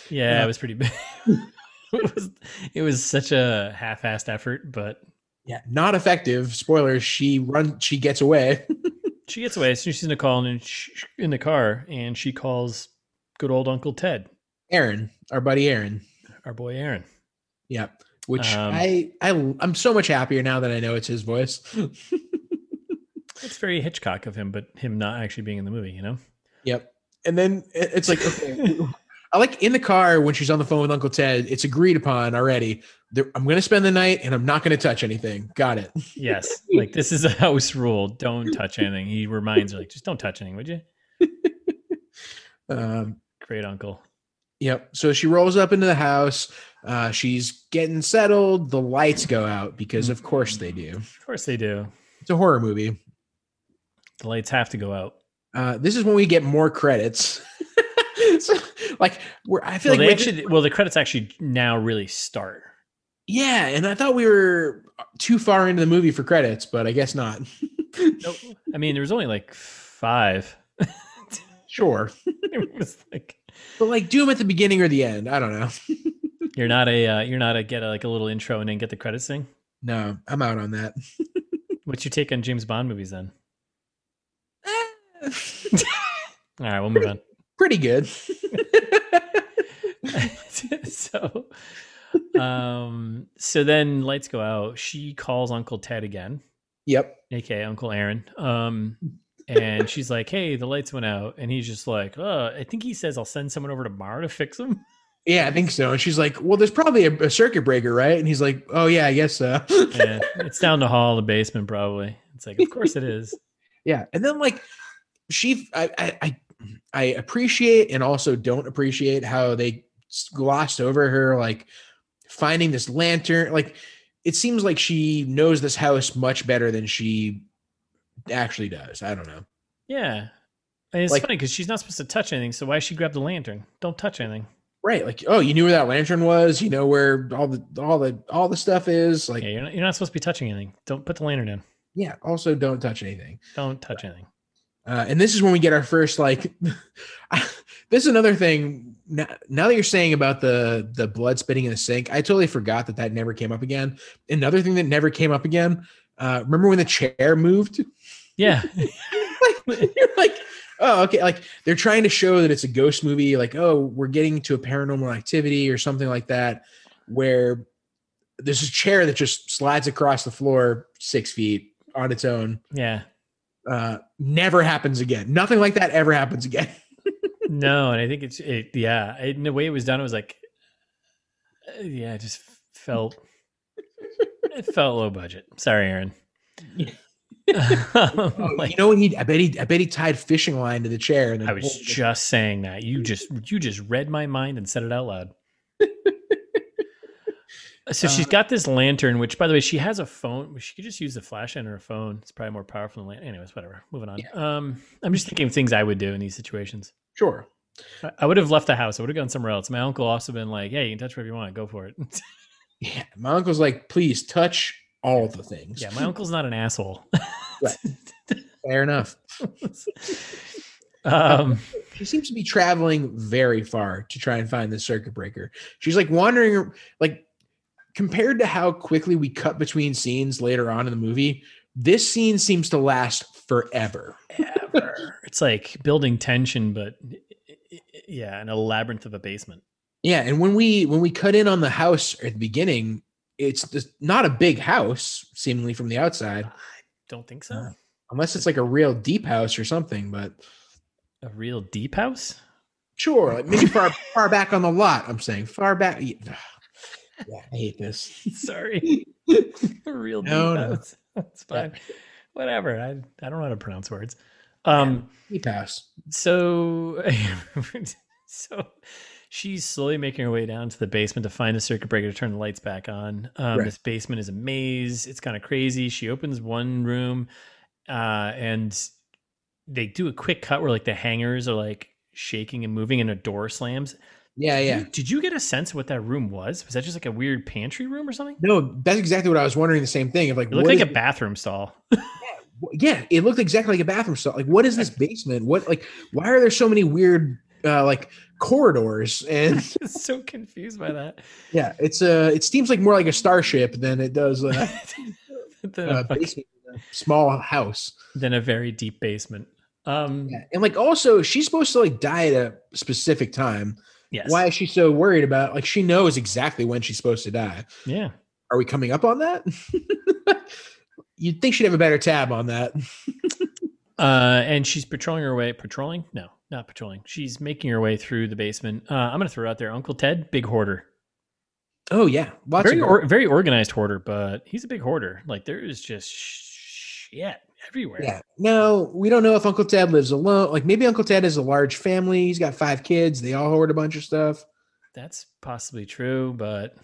Yeah,
Yeah.
it was pretty bad. it was, it was such a half-assed effort, but
Yeah, not effective. Spoilers. She runs. She gets away.
she gets away as soon as she's in the call and she, in the car, and she calls good old Uncle Ted,
Aaron, our buddy Aaron.
our boy Aaron.
Yeah, which
Um,
I I I'm so much happier now that I know it's his voice.
It's very Hitchcock of him, but him not actually being in the movie, you know.
yep. and then it- it's like okay. I like in the car when she's on the phone with Uncle Ted. It's agreed upon already. There- I'm going to spend the night and I'm not going to touch anything. Got it.
yes, like this is a house rule. Don't touch anything. He reminds her, like, just don't touch anything, would you?
Um,
Great uncle.
Yep. So she rolls up into the house. Uh, she's getting settled. The lights go out because, of course, they do.
Of course they do.
It's a horror movie.
The lights have to go out.
Uh, this is when we get more credits. so, like, we're, I feel
Well,
like,
they
we
actually, well, the credits actually now really start.
yeah. And I thought we were too far into the movie for credits, but I guess not.
Nope. I mean, there was only like five.
Sure.
it was like
But like, do them at the beginning or the end. I don't know.
you're not a uh, you're not a get a, like a little intro and then get the credits thing.
No, I'm out on that.
What's your take on James Bond movies then? All right, we'll move on.
Pretty good.
so um so then lights go out she calls uncle ted again
yep.
aka uncle aaron um and she's like hey the lights went out and he's just like uh i think he says i'll send someone over tomorrow to fix them
Yeah, I think so. And she's like, "Well, there's probably a, a circuit breaker, right?" And he's like, "Oh yeah, I guess so."
yeah it's down the hall the basement probably it's like of course it is
yeah, and then like she, I, I, I, I appreciate and also don't appreciate how they s- glossed over her like finding this lantern. Like, it seems like she knows this house much better than she actually does. I don't know.
yeah and it's
Like-
funny 'cause funny because she's not supposed to touch anything so why she grabbed the lantern don't touch anything
Right? Like, oh, you knew where that lantern was. You know where all the all the all the stuff is. Like,
yeah
yeah.
you're not, you're not supposed to be touching anything don't put the lantern down
also, don't touch anything.
don't touch anything
Uh, and this is when we get our first like. this is another thing. Now, now that you're saying about the the blood spitting in the sink, I totally forgot that that never came up again. Another thing that never came up again. Uh, remember when the chair moved?
yeah
you're like, oh, okay. Like they're trying to show that it's a ghost movie. Like, oh, we're getting to a paranormal activity or something like that, where there's a chair that just slides across the floor six feet on its own.
yeah
Uh, never happens again. Nothing like that ever happens again.
No, and I think it's it. Yeah, I- in the way it was done, it was like, uh, yeah, it just felt it felt low budget. Sorry, Aaron.
Oh,
Like,
you know what he? I bet he. I bet he tied fishing line to the chair. And then
I was
pulled it.
just saying that you just you just read my mind and said it out loud. so she's
Uh,
got this lantern, which, by the way, she has a phone. She could just use the flashlight on her phone. It's probably more powerful than lantern. Anyways, whatever. Moving on. Um, I'm just thinking of things I would do in these situations.
sure.
I- I would have left the house. I would have gone somewhere else. My uncle also been like, "Hey, you can touch whatever you want. Go for it."
Yeah, my uncle's like, please touch all the things.
yeah, my uncle's not an asshole.
fair enough.
um,
She seems to be traveling very far to try and find this circuit breaker. She's like wandering, like compared to how quickly we cut between scenes later on in the movie. This scene seems to last forever.
ever. It's like building tension, but eh, yeah, in a labyrinth of a basement.
Yeah, and when we when we cut in on the house at the beginning, it's just not a big house, seemingly from the outside,
I don't think so.
Uh, unless it's like a real deep house or something. But
A real deep house.
Sure, like maybe far far back on the lot. I'm saying far back. Yeah, yeah, I hate this.
Sorry, a real
No,
deep
no.
house. That's fine. Whatever. I I don't know how to pronounce words. Um.
He pass.
So, so she's slowly making her way down to the basement to find the circuit breaker to turn the lights back on. Um,
Right.
This basement is a maze. It's kind of crazy. She opens one room, uh, and they do a quick cut where like the hangers are like shaking and moving, and a door slams.
Yeah, yeah.
You- did you get a sense of what that room was? Was that just like a weird pantry room or something?
No, that's exactly what I was wondering. The same thing. Of like,
It looked
what
like a
is-
bathroom stall.
yeah, it looked exactly like a bathroom stall. Like, what is this basement? What like? Why are there so many weird uh like corridors? And
so confused by that.
yeah, it's uh it seems like more like a starship than it does uh,
than,
a
a, Oh, fuck-
uh, basement, in a small house.
than a very deep basement. Um,
Yeah. And like, also, she's supposed to like die at a specific time.
yes.
Why is she so worried about? Like, she knows exactly when she's supposed to die.
Yeah.
Are we coming up on that? You'd think she'd have a better tab on that.
Uh, and she's patrolling her way. Patrolling? No. not patrolling. She's making her way through the basement. Uh, I'm going to throw out there Uncle Ted, big hoarder.
Oh yeah, lots
very
of
or, very organized hoarder, but he's a big hoarder. Like there is just sh- shit everywhere.
yeah. Now we don't know if Uncle Ted lives alone. Like maybe Uncle Ted is a large family. He's got five kids. They all hoard a bunch of stuff.
That's possibly true, but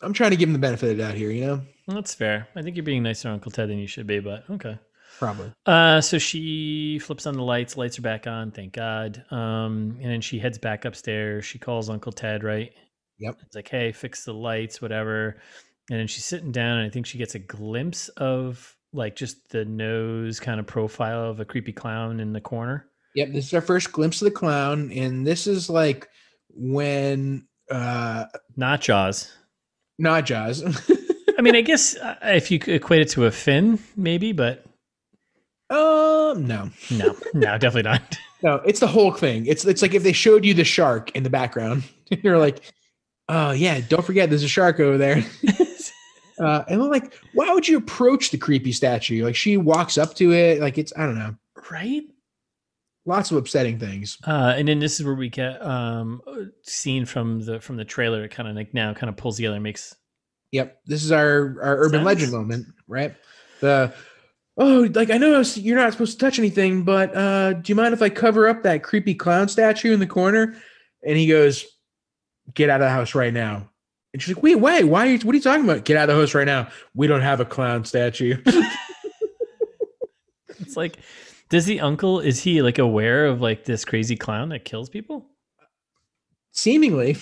I'm trying to give him the benefit of the doubt here. You know,
that's fair. I think you're being nicer to Uncle Ted than you should be, but okay.
probably.
Uh, so she flips on the lights. Lights are back on. Thank God. Um, and then she heads back upstairs. She calls Uncle Ted, right?
Yep.
It's like, hey, fix the lights, whatever. And then she's sitting down, and I think she gets a glimpse of like just the nose kind of profile of a creepy clown in the corner.
Yep, this is our first glimpse of the clown, and this is like when uh
Not Jaws.
not Jaws.
I mean, I guess uh, if you equate it to a fin, maybe, but
um, no,
no, no, definitely not.
no, it's the whole thing. It's it's like if they showed you the shark in the background, you're like, oh yeah, don't forget there's a shark over there. Uh, and I'm like, why would you approach the creepy statue? Like she walks up to it, like it's I don't know,
right?
lots of upsetting things.
Uh, and then this is where we get um scene from the from the trailer. It kind of like now kind of pulls together, makes
Yep, this is our our urban
Sounds-
legend moment, right? The oh, like I know it's- you're not supposed to touch anything, but uh, do you mind if I cover up that creepy clown statue in the corner? And he goes, "Get out of the house right now." And she's like, "Wait, wait, why? Are you, what are you talking about? Get out of the house right now. We don't have a clown statue."
It's like, does the uncle is he like aware of like this crazy clown that kills people?
Seemingly,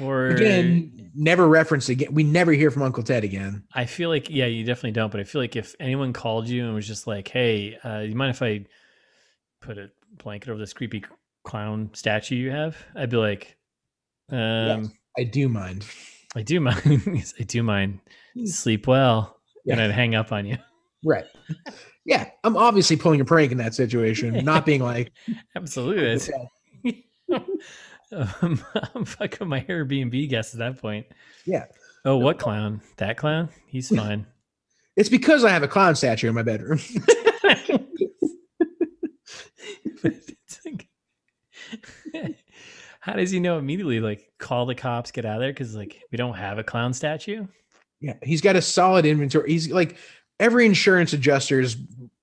Or
again, never referenced again. We never hear from Uncle Ted again.
I feel like yeah, you definitely don't. But I feel like if anyone called you and was just like, "Hey, uh, you mind if I put a blanket over this creepy clown statue you have?" I'd be like, um,
Yes. I do mind.
"I do mind. Yes, I do mind. Sleep well." And
Hmm. Yeah.
I'd hang up on you.
Right. Yeah, I'm obviously pulling a prank in that situation, not being like,
Absolutely. It's- Um, I'm fucking my Airbnb guest at that point.
Yeah.
Oh, what clown? That clown? He's fine.
It's because I have a clown statue in my bedroom.
But it's like- how does he know immediately? Like, call the cops, get out of there, because like we don't have a clown statue.
yeah, he's got a solid inventory. He's like every insurance adjuster's,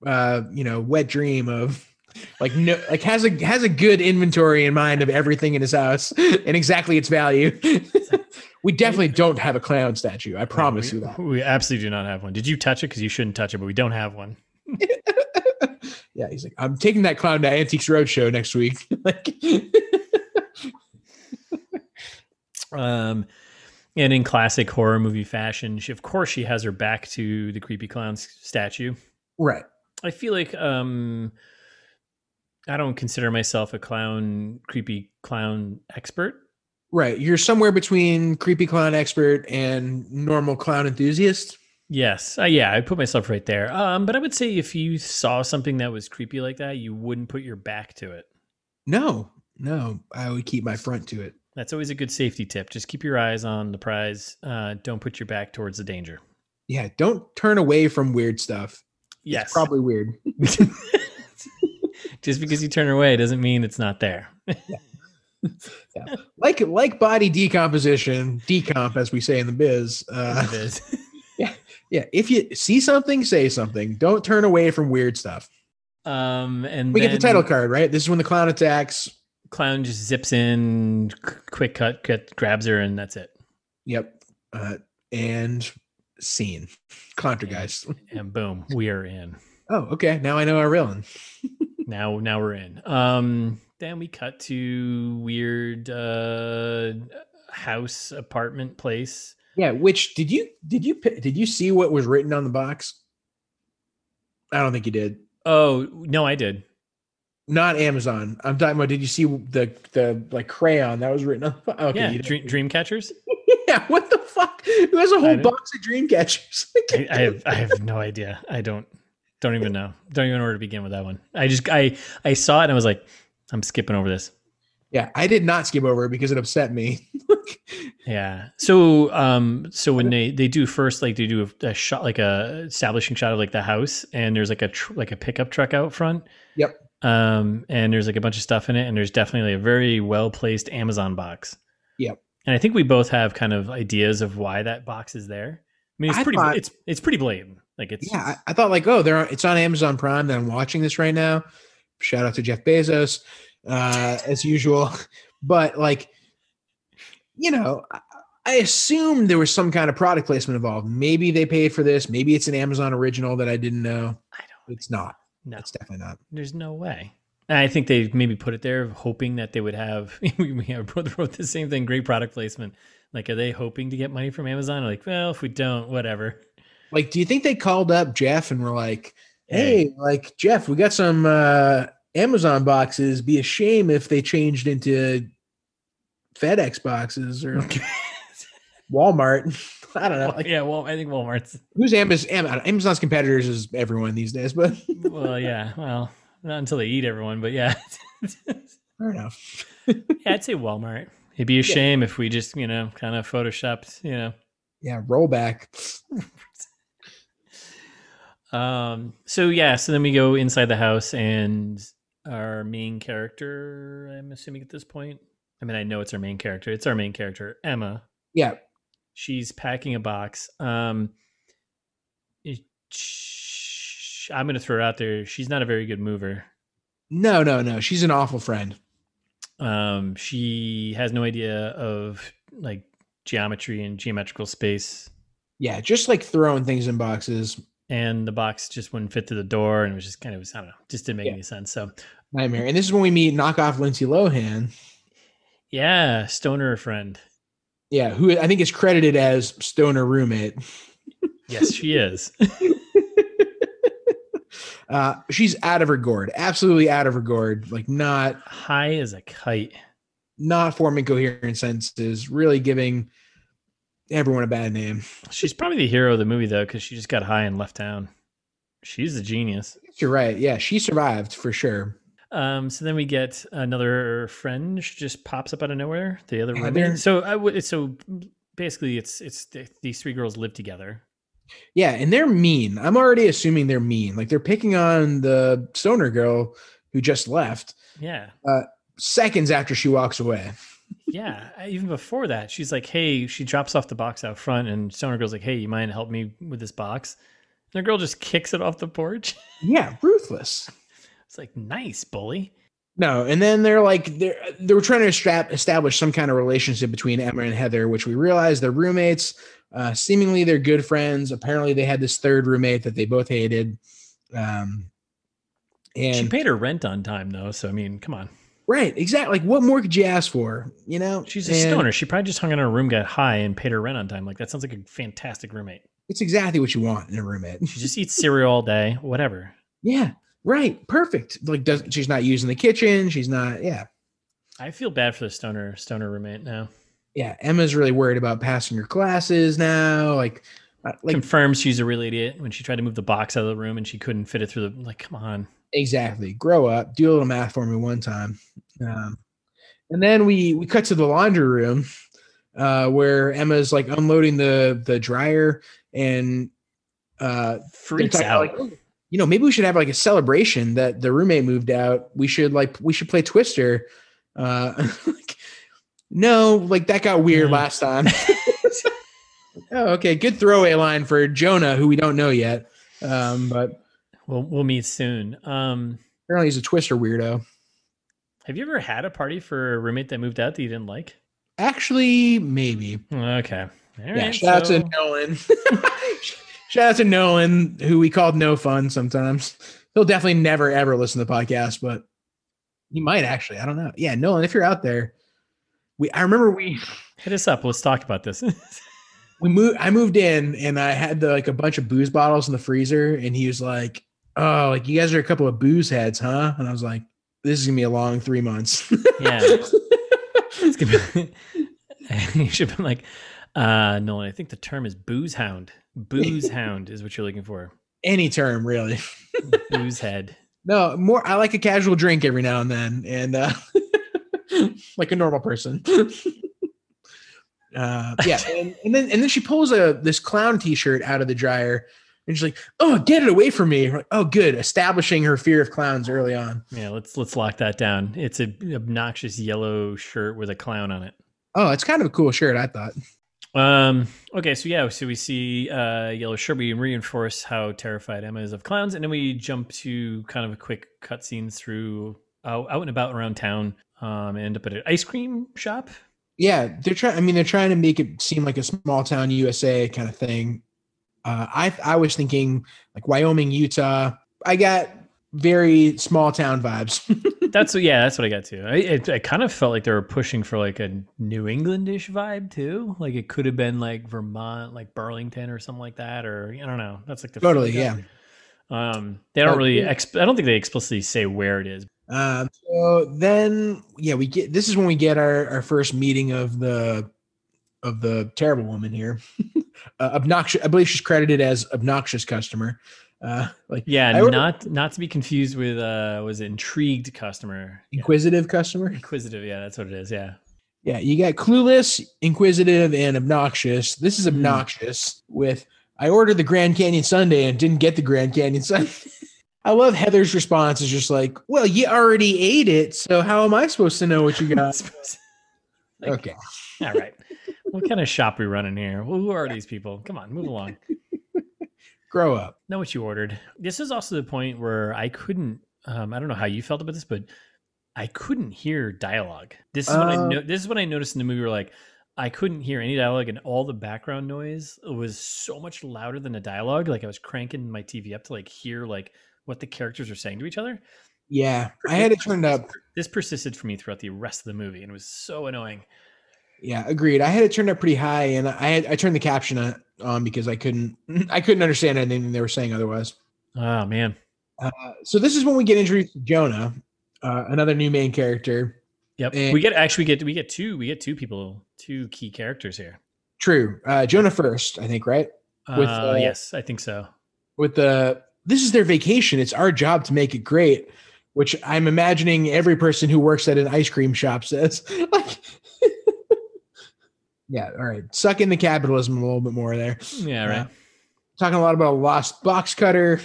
uh, you know, wet dream of like no, like has a has a good inventory in mind of everything in his house and exactly its value. we definitely don't have a clown statue. I promise
we,
you that.
We absolutely do not have one. Did you touch it? Because you shouldn't touch it, but we don't have one.
Yeah, he's like, I'm taking that clown to Antiques Roadshow next week. like,
Um, and in classic horror movie fashion, she of course she has her back to the creepy clown s- statue.
right?
I feel like um I don't consider myself a clown creepy clown expert.
Right. You're somewhere between creepy clown expert and normal clown enthusiast.
Yes. Uh, yeah, I put myself right there. Um but I would say if you saw something that was creepy like that, you wouldn't put your back to it.
No, no, I would keep my front to it.
That's always a good safety tip. Just keep your eyes on the prize. Uh don't put your back towards the danger.
Yeah, don't turn away from weird stuff.
Yes.
It's probably weird.
Just because you turn away doesn't mean it's not there.
Like like body decomposition, decomp as we say in the biz. Uh,
It is.
yeah, if you see something, say something. Don't turn away from weird stuff.
Um and
We get
then-
the title card, right? This is when the clown attacks.
clown just zips in c- quick cut, cut grabs her and that's it
Yep. Uh, and scene. Clontergeist.
and boom we are in
Oh, okay. Now I know our real one.
now now we're in um then we cut to weird uh house apartment place
Yeah, which did you did you pi- did you see what was written on the box? I don't think you did.
oh no i did
Not Amazon. I'm talking about. Did you see the the like crayon that was written on? the bo- Okay,
yeah
you did.
dream, dream catchers
Yeah, what the fuck? Who has a
I
whole
don't-
box of dream catchers?
I, I have i have no idea i don't don't even know don't even know where to begin with that one i just i i saw it and i was like i'm skipping over this
yeah, I did not skip over it because it upset me.
Yeah. So, um, so when they they do first, like they do a, a shot, like a establishing shot of like the house, and there's like a tr- like a pickup truck out front.
Yep.
Um, and there's like a bunch of stuff in it, and there's definitely a very well placed Amazon box.
Yep.
And I think we both have kind of ideas of why that box is there. I mean, it's
I
pretty,
thought-
it's it's pretty blatant. Like it's
Yeah, I, I thought like, oh, they're on, it's on Amazon Prime. That I'm watching this right now. Shout out to Jeff Bezos, uh, as usual. But like, you know, I, I assumed there was some kind of product placement involved. Maybe they paid for this. Maybe it's an Amazon original that I didn't know.
I don't
It's not.
know.
It's definitely not.
There's no way. And I think they maybe put it there hoping that they would have. We we have both wrote the same thing. Great product placement. Like, are they hoping to get money from Amazon? Like, well, if we don't, whatever.
Like, do you think they called up Jeff and were like, "Hey, like Jeff, we got some uh, Amazon boxes. Be a shame if they changed into FedEx boxes or Walmart." I don't know. Like,
yeah, well, I think Walmart's.
who's Amazon? Amazon's competitors is everyone these days, but
Well, yeah, well, not until they eat everyone, but yeah.
fair enough.
Yeah, I'd say Walmart. It'd be a shame if we just, you know, kind of photoshopped, you know,
Yeah, rollback.
Um, so yeah, so then we go inside the house and our main character, I'm assuming at this point. I mean, I know it's our main character. It's our main character, Emma.
Yeah.
She's packing a box. Um it- sh- I'm going to throw it out there. She's not a very good mover.
No, no, no. She's an awful friend.
Um she has no idea of like geometry and geometrical space
Yeah, just like throwing things in boxes.
and the box just wouldn't fit through the door and it was just kind of I don't know, just didn't make
Yeah.
any sense. So
Nightmare. And this is when we meet knockoff Lindsay Lohan.
yeah, stoner friend.
Yeah, who I think is credited as stoner roommate.
Yes, she is.
Uh, she's out of her gourd, absolutely out of her gourd. Like not
High as a kite.
not forming coherent sentences, really giving everyone a bad name.
She's probably the hero of the movie though, because she just got high and left town. She's a genius.
You're right. Yeah, she survived for sure.
Um, so then we get another friend she just pops up out of nowhere. The other
Yeah,
roommate.
they're-
So I would. So basically, it's it's th- these three girls live together.
Yeah, and they're mean. I'm already assuming they're mean. Like they're picking on the stoner girl who just left
Yeah,
seconds after she walks away.
yeah. I- Even before that, she's like, "Hey," she drops off the box out front, and Stoner girl's like, "Hey, you mind help me with this box?" And the girl just kicks it off the porch.
Yeah, ruthless.
It's like, "Nice, bully."
No, and then they're like they're they were trying to estra- establish some kind of relationship between Emma and Heather, which we realize they're roommates. Uh, seemingly, they're good friends. Apparently, they had this third roommate that they both hated. Um,
she
and
paid her rent on time though, so I mean, come on.
right, exactly. Like, what more could you ask for? You know,
She's a
And
stoner. She probably just hung out in her room, got high, and paid her rent on time. Like that sounds like a fantastic roommate.
It's exactly what you want in a roommate.
She just eats cereal all day, whatever.
Yeah, right. Perfect. Like does she's not using the kitchen, she's not yeah.
I feel bad for the stoner stoner roommate now.
Yeah, Emma's really worried about passing her classes now. Like uh, like
Confirms she's a real idiot when she tried to move the box out of the room and she couldn't fit it through the. Like, come on.
exactly. Grow up, do a little math for me one time. Um and then we we cut to the laundry room uh where Emma's like unloading the the dryer and uh they're
Freaks
talking
out.
about, like, "Oh, you know, maybe we should have like a celebration that the roommate moved out. We should like we should play Twister. Uh, like, no, like that got weird
Mm.
last time. oh, okay, good throwaway line for Jonah, who we don't know yet, um, but
we'll we'll meet soon. Um,
apparently he's a Twister weirdo.
have you ever had a party for a roommate that moved out that you didn't like?
Actually, maybe.
Okay. All right.
yeah, shout
so-
out to Nolan. shout out to Nolan, who we called No Fun sometimes. He'll definitely never ever listen to the podcast, but he might actually. I don't know. Yeah, Nolan, if you're out there, we I remember we
hit us up. Let's talk about this.
we moved I moved in and I had the, like a bunch of booze bottles in the freezer, and he was like, "Oh, like you guys are a couple of booze heads, huh?" And I was like, "This is gonna be a long three months."
yeah. It's gonna be- you should have been like, uh, Nolan, I think the term is booze hound. Booze hound is what you're looking for.
Any term really.
Booze head.
No, more. I like a casual drink every now and then, and uh, like a normal person. uh, yeah, and, and then and then she pulls a this clown T-shirt out of the dryer, And she's like, "Oh, get it away from me!" We're like, oh, good, establishing her fear of clowns early on.
Yeah, let's let's lock that down. It's a obnoxious yellow shirt with a clown on it.
Oh, it's kind of a cool shirt, I thought.
Um. Okay. So yeah. So we see uh, yellow shirt. We reinforce how terrified Emma is of clowns, and then we jump to kind of a quick cutscene through out, out and about around town. Um, and end up at an ice cream shop.
Yeah, they're trying. I mean, they're trying to make it seem like a small town USA kind of thing. Uh, I I was thinking like Wyoming, Utah. I got very small town vibes.
that's yeah, that's what I got too. I it, I kind of felt like they were pushing for like a New Englandish vibe too. Like it could have been like Vermont, like Burlington or something like that, or I don't know. That's like the
totally yeah.
Um, they don't
Oh,
really.
yeah.
Exp- I don't think they explicitly say where it is.
Um, so then yeah, we get this is when we get our our first meeting of the of the terrible woman here. uh, obnoxious. I believe she's credited as obnoxious customer. Uh, like
Yeah,
I ordered-
not not to be confused with uh, was it intrigued customer, Yeah.
inquisitive customer.
inquisitive. Yeah, that's what it is. Yeah,
Yeah, you got clueless, inquisitive, and obnoxious. This is
Hmm.
obnoxious with I ordered the Grand Canyon Sunday and didn't get the Grand Canyon Sunday. I love Heather's response is just like, well, you already ate it, so how am I supposed to know what you got?
Like,
okay.
All right. What kind of shop we running here? Who are these people? Come on, move along.
Grow up.
Know what you ordered. This is also the point where I couldn't. Um, I don't know how you felt about this, but I couldn't hear dialogue. This is what I
Uh,
no- this is what I noticed in the movie. Where like I couldn't hear any dialogue, and all the background noise was so much louder than the dialogue. Like I was cranking my TV up to like hear like what the characters are saying to each other.
Yeah. I had it turned up.
This persisted for me throughout the rest of the movie, and it was so annoying.
Yeah, agreed. I had it turned up pretty high and I had I turned the caption on- on because I couldn't I couldn't understand anything they were saying otherwise.
Oh man.
Uh, so this is when we get introduced to Jonah, uh, another new main character.
Yep.
Eh.
we get actually get we get two we get two people two key characters here.
True. Uh, Jonah first, I think, right? With,
uh,
uh,
yes, I think so.
with the this is their vacation. It's our job to make it great, which I'm imagining every person who works at an ice cream shop says. like, yeah, all right. Suck in the capitalism a little bit more there.
Yeah, right.
Talking a lot about a lost box cutter.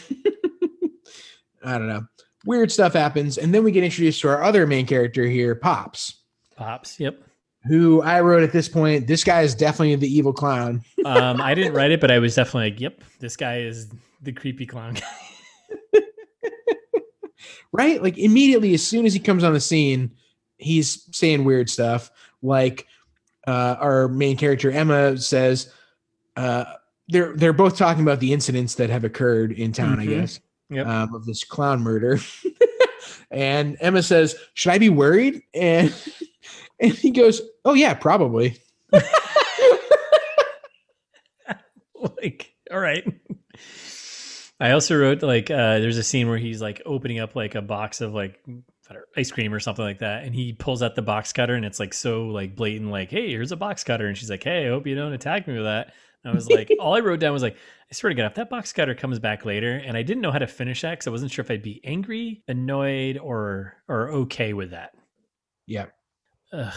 I don't know. Weird stuff happens. And then we get introduced to our other main character here, Pops,
Pops. Yep.
who I wrote at this point. This guy is definitely the evil clown.
Um, I didn't write it, but I was definitely like, "Yep, this guy is the creepy clown." guy.
right? Like immediately, as soon as he comes on the scene, he's saying weird stuff. Like uh, our main character Emma says, uh, they're they're both talking about the incidents that have occurred in town,
Mhm.
I guess,
Yep.
um, of this clown murder. and Emma says, "Should I be worried?" And and he goes, "Oh yeah, probably."
like, all right. I also wrote like, uh, there's a scene where he's like opening up like a box of like I don't- ice cream or something like that, and he pulls out the box cutter, and it's like so like blatant, like, "Hey, here's a box cutter," and she's like, "Hey, I hope you don't attack me with that." And I was like, all I wrote down was like, I swear to God, if that box cutter comes back later, and I didn't know how to finish that because I wasn't sure if I'd be angry, annoyed, or or okay with that.
Yeah.
Ugh,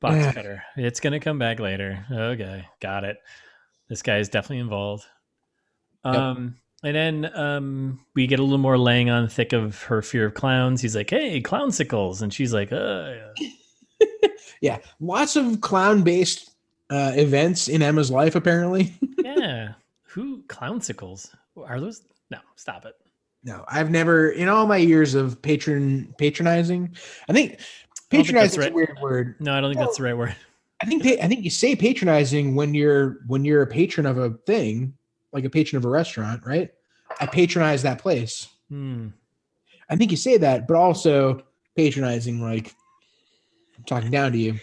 box
Yeah.
cutter. It's gonna come back later. Okay, got it. This guy is definitely involved.
Yep.
Um, and then um, we get a little more laying on thick of her fear of clowns. He's like, "Hey, clownsicles," and she's like, "Uh,
Yeah, lots of clown based uh, events in Emma's life apparently.
yeah, who clownsicles are those?" No, stop it.
No, I've never in all my years of patron patronizing. I think
I don't think that's
patronizing is
right.
a weird word.
No, I don't think that's the right word.
I think pa- I think you say patronizing when you're when you're a patron of a thing, like a patron of a restaurant, right? I patronize that place.
Hmm.
I think you say that, but also patronizing, like I'm talking down to you.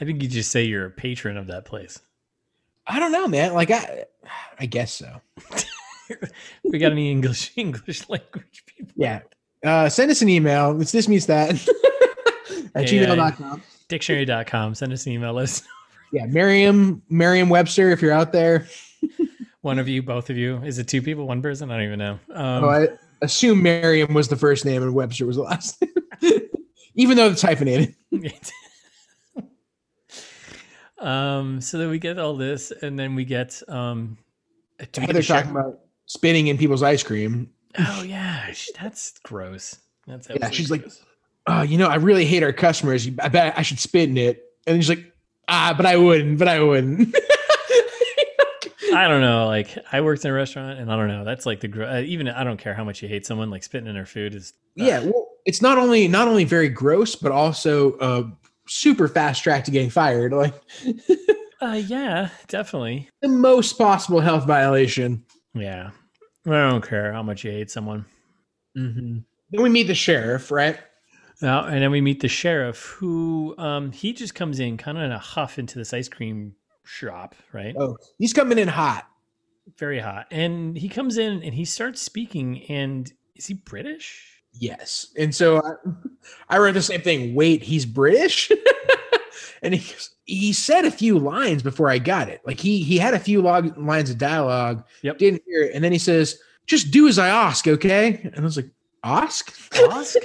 I think you just say you're a patron of that place.
I don't know, man. Like I, I guess so.
We got any English English language people?
Yeah. Uh, send us an email. It's this means that at
Yeah, yeah, yeah.
gmail.com.
Dictionary.com. Send us an email. Let us know.
Yeah, Merriam, Merriam Webster, if you're out there.
One of you, both of you. Is it two people, one person? I don't even know. Um,
oh, I assume Merriam was the first name and Webster was the last name. Even though it's hyphenated.
um, so then we get all this, and then we get um, do we get
Heather
a shower?
talking about spinning in people's ice cream.
Oh yeah, sh- that's gross. That's
Yeah, she's
absolutely
like, Oh, you know, I really hate our customers. I bet I should spit in it. And she's like, ah, but I wouldn't, but I wouldn't.
gross. I don't know. Like I worked in a restaurant, and I don't know. That's like the gro- uh, even I don't care how much you hate someone. Like spitting in their food is
yeah, well, it's not only not only very gross, but also uh, super fast track to getting fired. Like
Uh, yeah, definitely.
the most possible health violation.
Yeah, I don't care how much you hate someone.
Then we meet the sheriff, right?
Now, and then we meet the sheriff, who um he just comes in kind of in a huff into this ice cream shop, right?
Oh, he's coming in hot.
Very hot, and he comes in and he starts speaking. And is he British?
Yes. And so I, I wrote the same thing. Wait, he's British? and he, he said a few lines before I got it. Like he he had a few log, lines of dialogue,
Yep.
didn't hear it. And then he says, just do as I ask, okay? And I was like, ask?
Osk?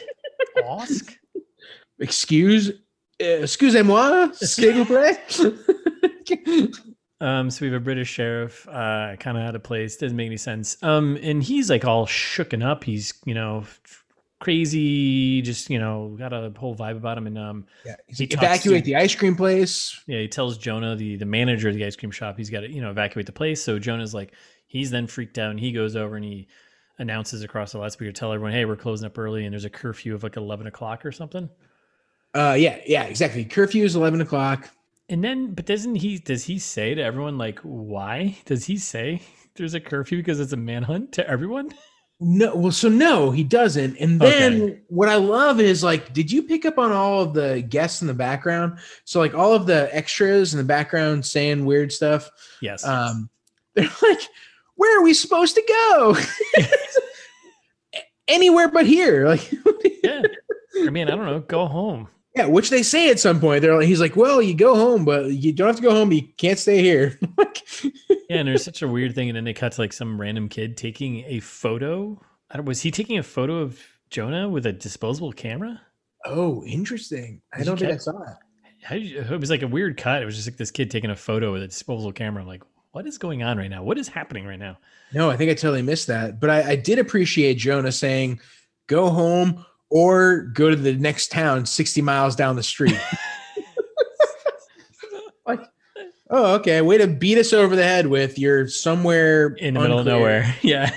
Osk?
Excuse? uh, Excusez-moi, s'il vous plaît.
Um, so we have a British sheriff, uh, kind of out of place. Doesn't make any sense. Um, and he's like all shooken up. He's you know crazy, just you know got a whole vibe about him. And um,
yeah, he's
He
like,
talks to-
evacuate the ice cream place.
yeah, he tells Jonah the the manager of the ice cream shop he's got to you know evacuate the place. So Jonah's like he's then freaked out and he goes over and he announces across the loudspeaker tell everyone hey we're closing up early and there's a curfew of like 11 o'clock or something
Uh, yeah, yeah, exactly. Curfew is 11 o'clock.
and then but doesn't he does he say to everyone like why does he say there's a curfew because it's a manhunt to everyone
No, well, so no, he doesn't. And then
Okay.
what I love is like, did you pick up on all of the guests in the background? So like all of the extras in the background saying weird stuff.
yes
Um, they're like, where are we supposed to go? Anywhere but here. Like,
yeah i mean i don't know go home
yeah, which they say at some point. They're like, he's like, well, you go home, but you don't have to go home. You can't stay here. like,
yeah and there's such a weird thing and then they cut to like some random kid taking a photo I don't, was he taking a photo of jonah with a disposable camera
oh, interesting. I
Did
don't
you
think I
catch-
saw that.
How did you- it was like a weird cut it was just like this kid taking a photo with a disposable camera I'm like what is going on right now what is happening right now
No, I think I totally missed that. But I, I did appreciate Jonah saying, go home or go to the next town 60 miles down the street. like, oh, okay. Way to beat us over the head with you're somewhere
in the middle of
unclear."
nowhere. Yeah.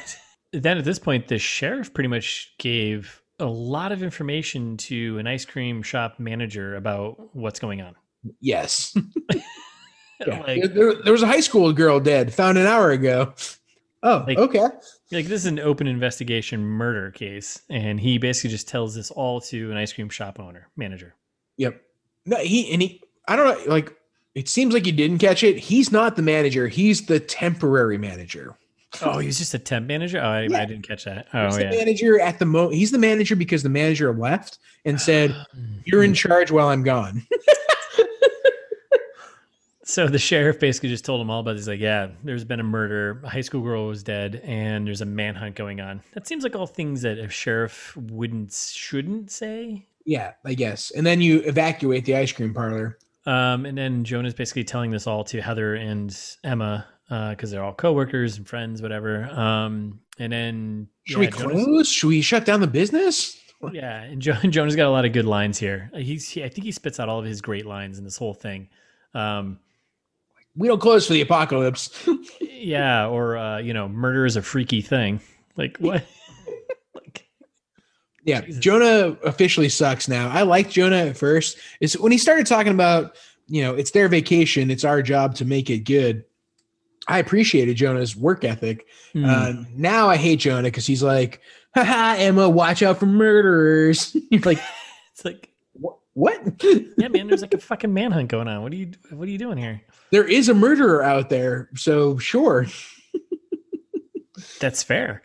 Then at this point, the sheriff pretty much gave a lot of information to an ice cream shop manager about what's going on.
Yes. Yeah.
Like,
there, there was a high school girl dead, found an hour ago. Oh,
Like-
okay.
like this is an open investigation murder case, and he basically just tells this all to an ice cream shop owner manager.
Yep. No, he and he. I don't know. Like, it seems like you didn't catch it. He's not the manager. He's the temporary manager.
Oh, he was just a temp manager. Oh, I,
Yeah.
I didn't catch that. Oh,
he's the
yeah.
manager at the mo. He's the manager because the manager left and said, "You're in charge while I'm gone."
So the sheriff basically just told him all about. It. He's like, "Yeah, there's been a murder. A high school girl was dead, and there's a manhunt going on." That seems like all things that a sheriff wouldn't shouldn't say.
yeah, I guess. And then you evacuate the ice cream parlor.
Um, and then Jonah's basically telling this all to Heather and Emma because they're all coworkers and friends, whatever. Um, and then
Should we
yeah,
close?
Jonah's-
Should we shut down the business?
yeah, and jo- Jonah's got a lot of good lines here. He's he, I think he spits out all of his great lines in this whole thing. Um,
We don't close for the apocalypse.
yeah, or uh, you know, murder is a freaky thing. Like what? like
Yeah,
Jesus.
Jonah officially sucks now. I liked Jonah at first. It's when he started talking about, you know, it's their vacation, it's our job to make it good. I appreciated Jonah's work ethic.
hmm.
Uh, now I hate Jonah because he's like, haha, Emma, watch out for murderers. You're like,
it's like
"Wha- what?
yeah, man. There's like a fucking manhunt going on. What are you What are you doing here?
there is a murderer out there. So sure.
That's fair.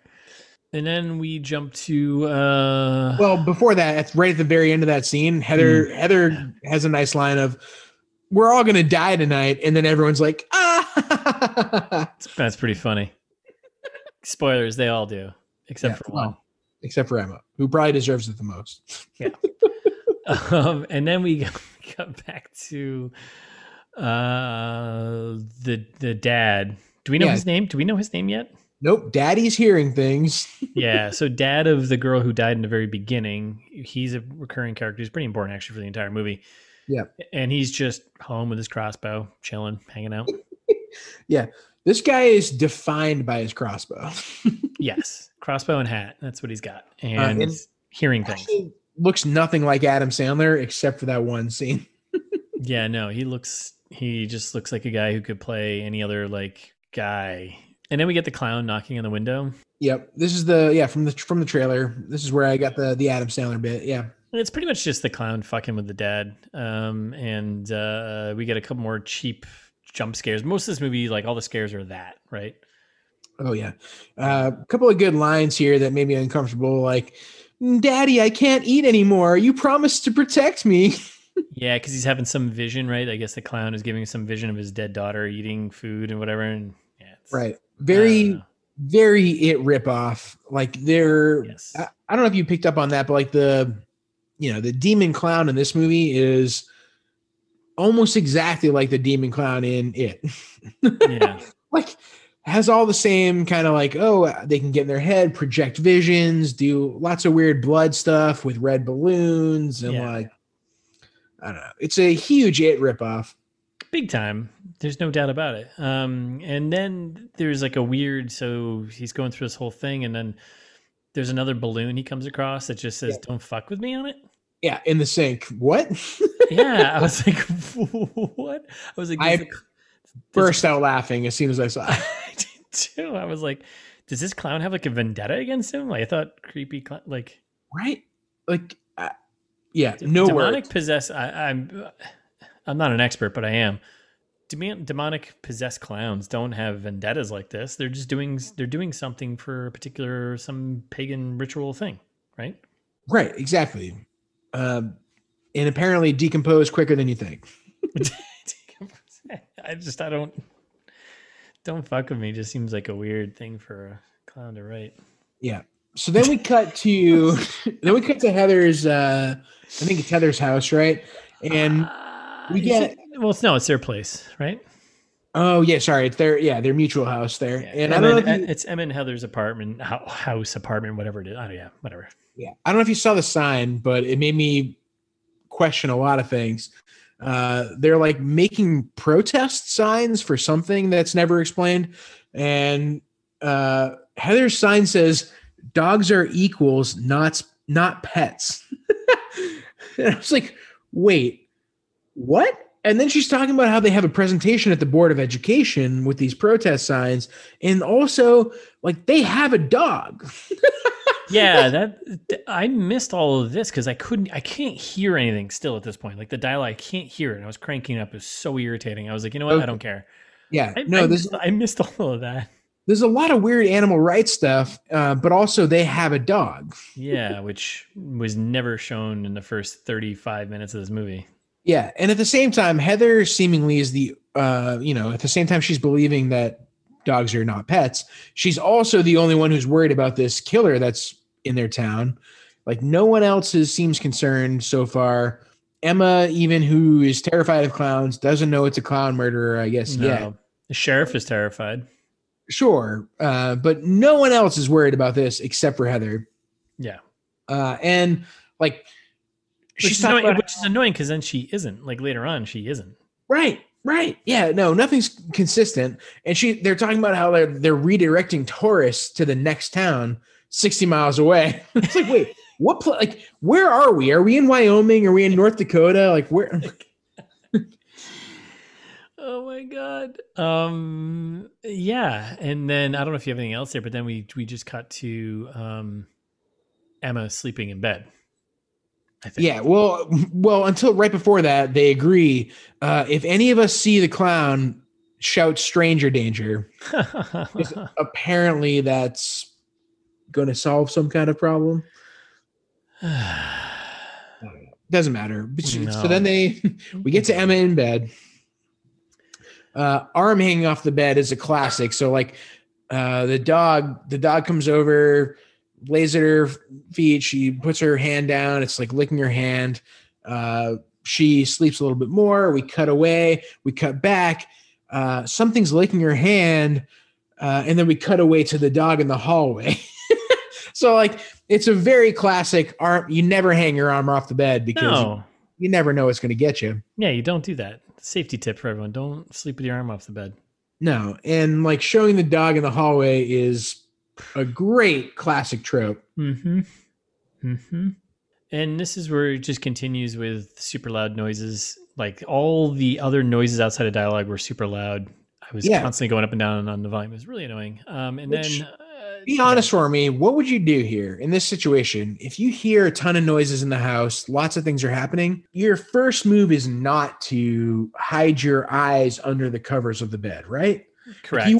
And then we jump to uh,
Well, before that, at, right at the very end of that scene, Heather Heather has a nice line of, we're all going to die tonight. And then everyone's like, ah.
That's pretty funny. Spoilers, they all do, except
Yeah,
for one.
except for Emma, who probably deserves it the most.
Um, and then we got back to uh, the the dad. Do we know
Yeah.
his name? Do we know his name yet?
Nope, daddy's hearing things.
yeah. So, dad of the girl who died in the very beginning, he's a recurring character. He's pretty important actually for the entire movie.
Yeah.
And he's just home with his crossbow, chilling, hanging out.
yeah. This guy is defined by his crossbow.
yes. Crossbow and hat. That's what he's got. And,
Uh, and
hearing things.
Actually, looks nothing like Adam Sandler except for that one scene.
Yeah, no, he looks he just looks like a guy who could play any other like guy. And then we get the clown knocking on the window.
Yep. This is the yeah, from the from the trailer. This is where I got the the Adam Sandler bit. Yeah.
And it's pretty much just the clown fucking with the dad. Um and uh we get a couple more cheap jump scares. Most of this movie like all the scares are that, right?
Oh yeah. A uh, couple of good lines here that made me uncomfortable like "Mm, Daddy, I can't eat anymore. You promised to protect me.
yeah, because he's having some vision, right? I guess the clown is giving some vision of his dead daughter eating food and whatever. And yeah,
right. Very, very it rip off. Like they're.
Yes.
I, I don't know if you picked up on that, but like the, you know, the demon clown in this movie is almost exactly like the demon clown in it.
yeah.
Like has all the same kind of like oh they can get in their head project visions do lots of weird blood stuff with red balloons and
Yeah.
like i don't know it's a huge it ripoff
big time there's no doubt about it um and then there's like a weird so he's going through this whole thing and then there's another balloon he comes across that just says don't fuck with me on it
yeah in the sink what
yeah i was like what i was like
I
does the cl-
burst out laughing as soon as i saw it
i did too i was like does this clown have like a vendetta against him like i thought creepy cl- like
right like uh, yeah no
demonic
word
possess I, i'm i'm not an expert but i am Demon, demonic possessed clowns don't have vendettas like this they're just doing they're doing something for a particular some pagan ritual thing right
right exactly um and apparently decompose quicker than you think
i just i don't don't fuck with me just seems like a weird thing for a clown to write
so then we cut to then we cut to heather's uh i think it's heather's house right and
Ah,
we
is
get-
it- well it's no it's their place right
Oh yeah, sorry. It's their yeah, their mutual house there.
Yeah,
And I
Emma
don't
and-
know if you,
it's emma and heather's apartment hou- house apartment whatever it is oh yeah whatever
yeah, I don't know if you saw the sign, but it made me question a lot of things. Uh, they're like making protest signs for something that's never explained, and uh, Heather's sign says "dogs are equals, not not pets." and I was like, "Wait, what?" And then she's talking about how they have a presentation at the Board of Education with these protest signs, and also like they have a dog.
yeah that th- i missed all of this because i couldn't i can't hear anything still at this point like the dialogue i can't hear it and i was cranking up it was so irritating i was like you know what i
Okay.
don't care
Yeah,
I,
no,
I,
this
missed, I missed all of that
there's a lot of weird animal rights stuff, uh, but also they have a dog.
yeah which was never shown in the first 35 minutes of this movie
Yeah, and at the same time, Heather seemingly is the uh, you know at the same time she's believing that dogs are not pets. She's also the only one who's worried about this killer that's in their town. Like no one else is, seems concerned so far. Emma, even who is terrified of clowns, doesn't know it's a clown murderer. I guess
no
yet.
the sheriff is terrified
sure, uh, but no one else is worried about this except for Heather.
Yeah.
uh, and like
which, is
talking
annoying,
about-
which is annoying because then she isn't like later on she isn't
Right, right. Yeah, no, nothing's consistent. And she they're talking about how they're they're redirecting tourists to the next town 60 miles away. it's like, wait, what pla- like where are we? Are we in Wyoming? Are we in North Dakota? Like where
oh my god um yeah and then i don't know if you have anything else there but then we we just cut to um emma sleeping in bed i think
Yeah, well well, until right before that, they agree. Uh if any of us see the clown, shout stranger danger. Apparently that's gonna solve some kind of problem. doesn't matter. But she-
No.
So then they, we get to Emma in bed. Uh, arm hanging off the bed is a classic. So like, uh, the dog, the dog comes over, lays at her feet. She puts her hand down. It's like licking her hand. Uh, she sleeps a little bit more. We cut away. We cut back. Uh, something's licking her hand. Uh, and then we cut away to the dog in the hallway. so like it's a very classic arm. You never hang your arm off the bed because
No.
you never know what's going to get you.
Yeah, you don't do that. Safety tip for everyone: don't sleep with your arm off the bed.
No, and like showing the dog in the hallway is a great classic trope.
Mm-hmm. Mm-hmm. And this is where it just continues with super loud noises. Like all the other noises outside of dialogue were super loud. I was
Yeah.
constantly going up and down on the volume. It was really annoying. Um, and
Which-
then, uh,
Be honest for me, what would you do here in this situation? If you hear a ton of noises in the house, lots of things are happening, your first move is not to hide your eyes under the covers of the bed, right?
correct,
you-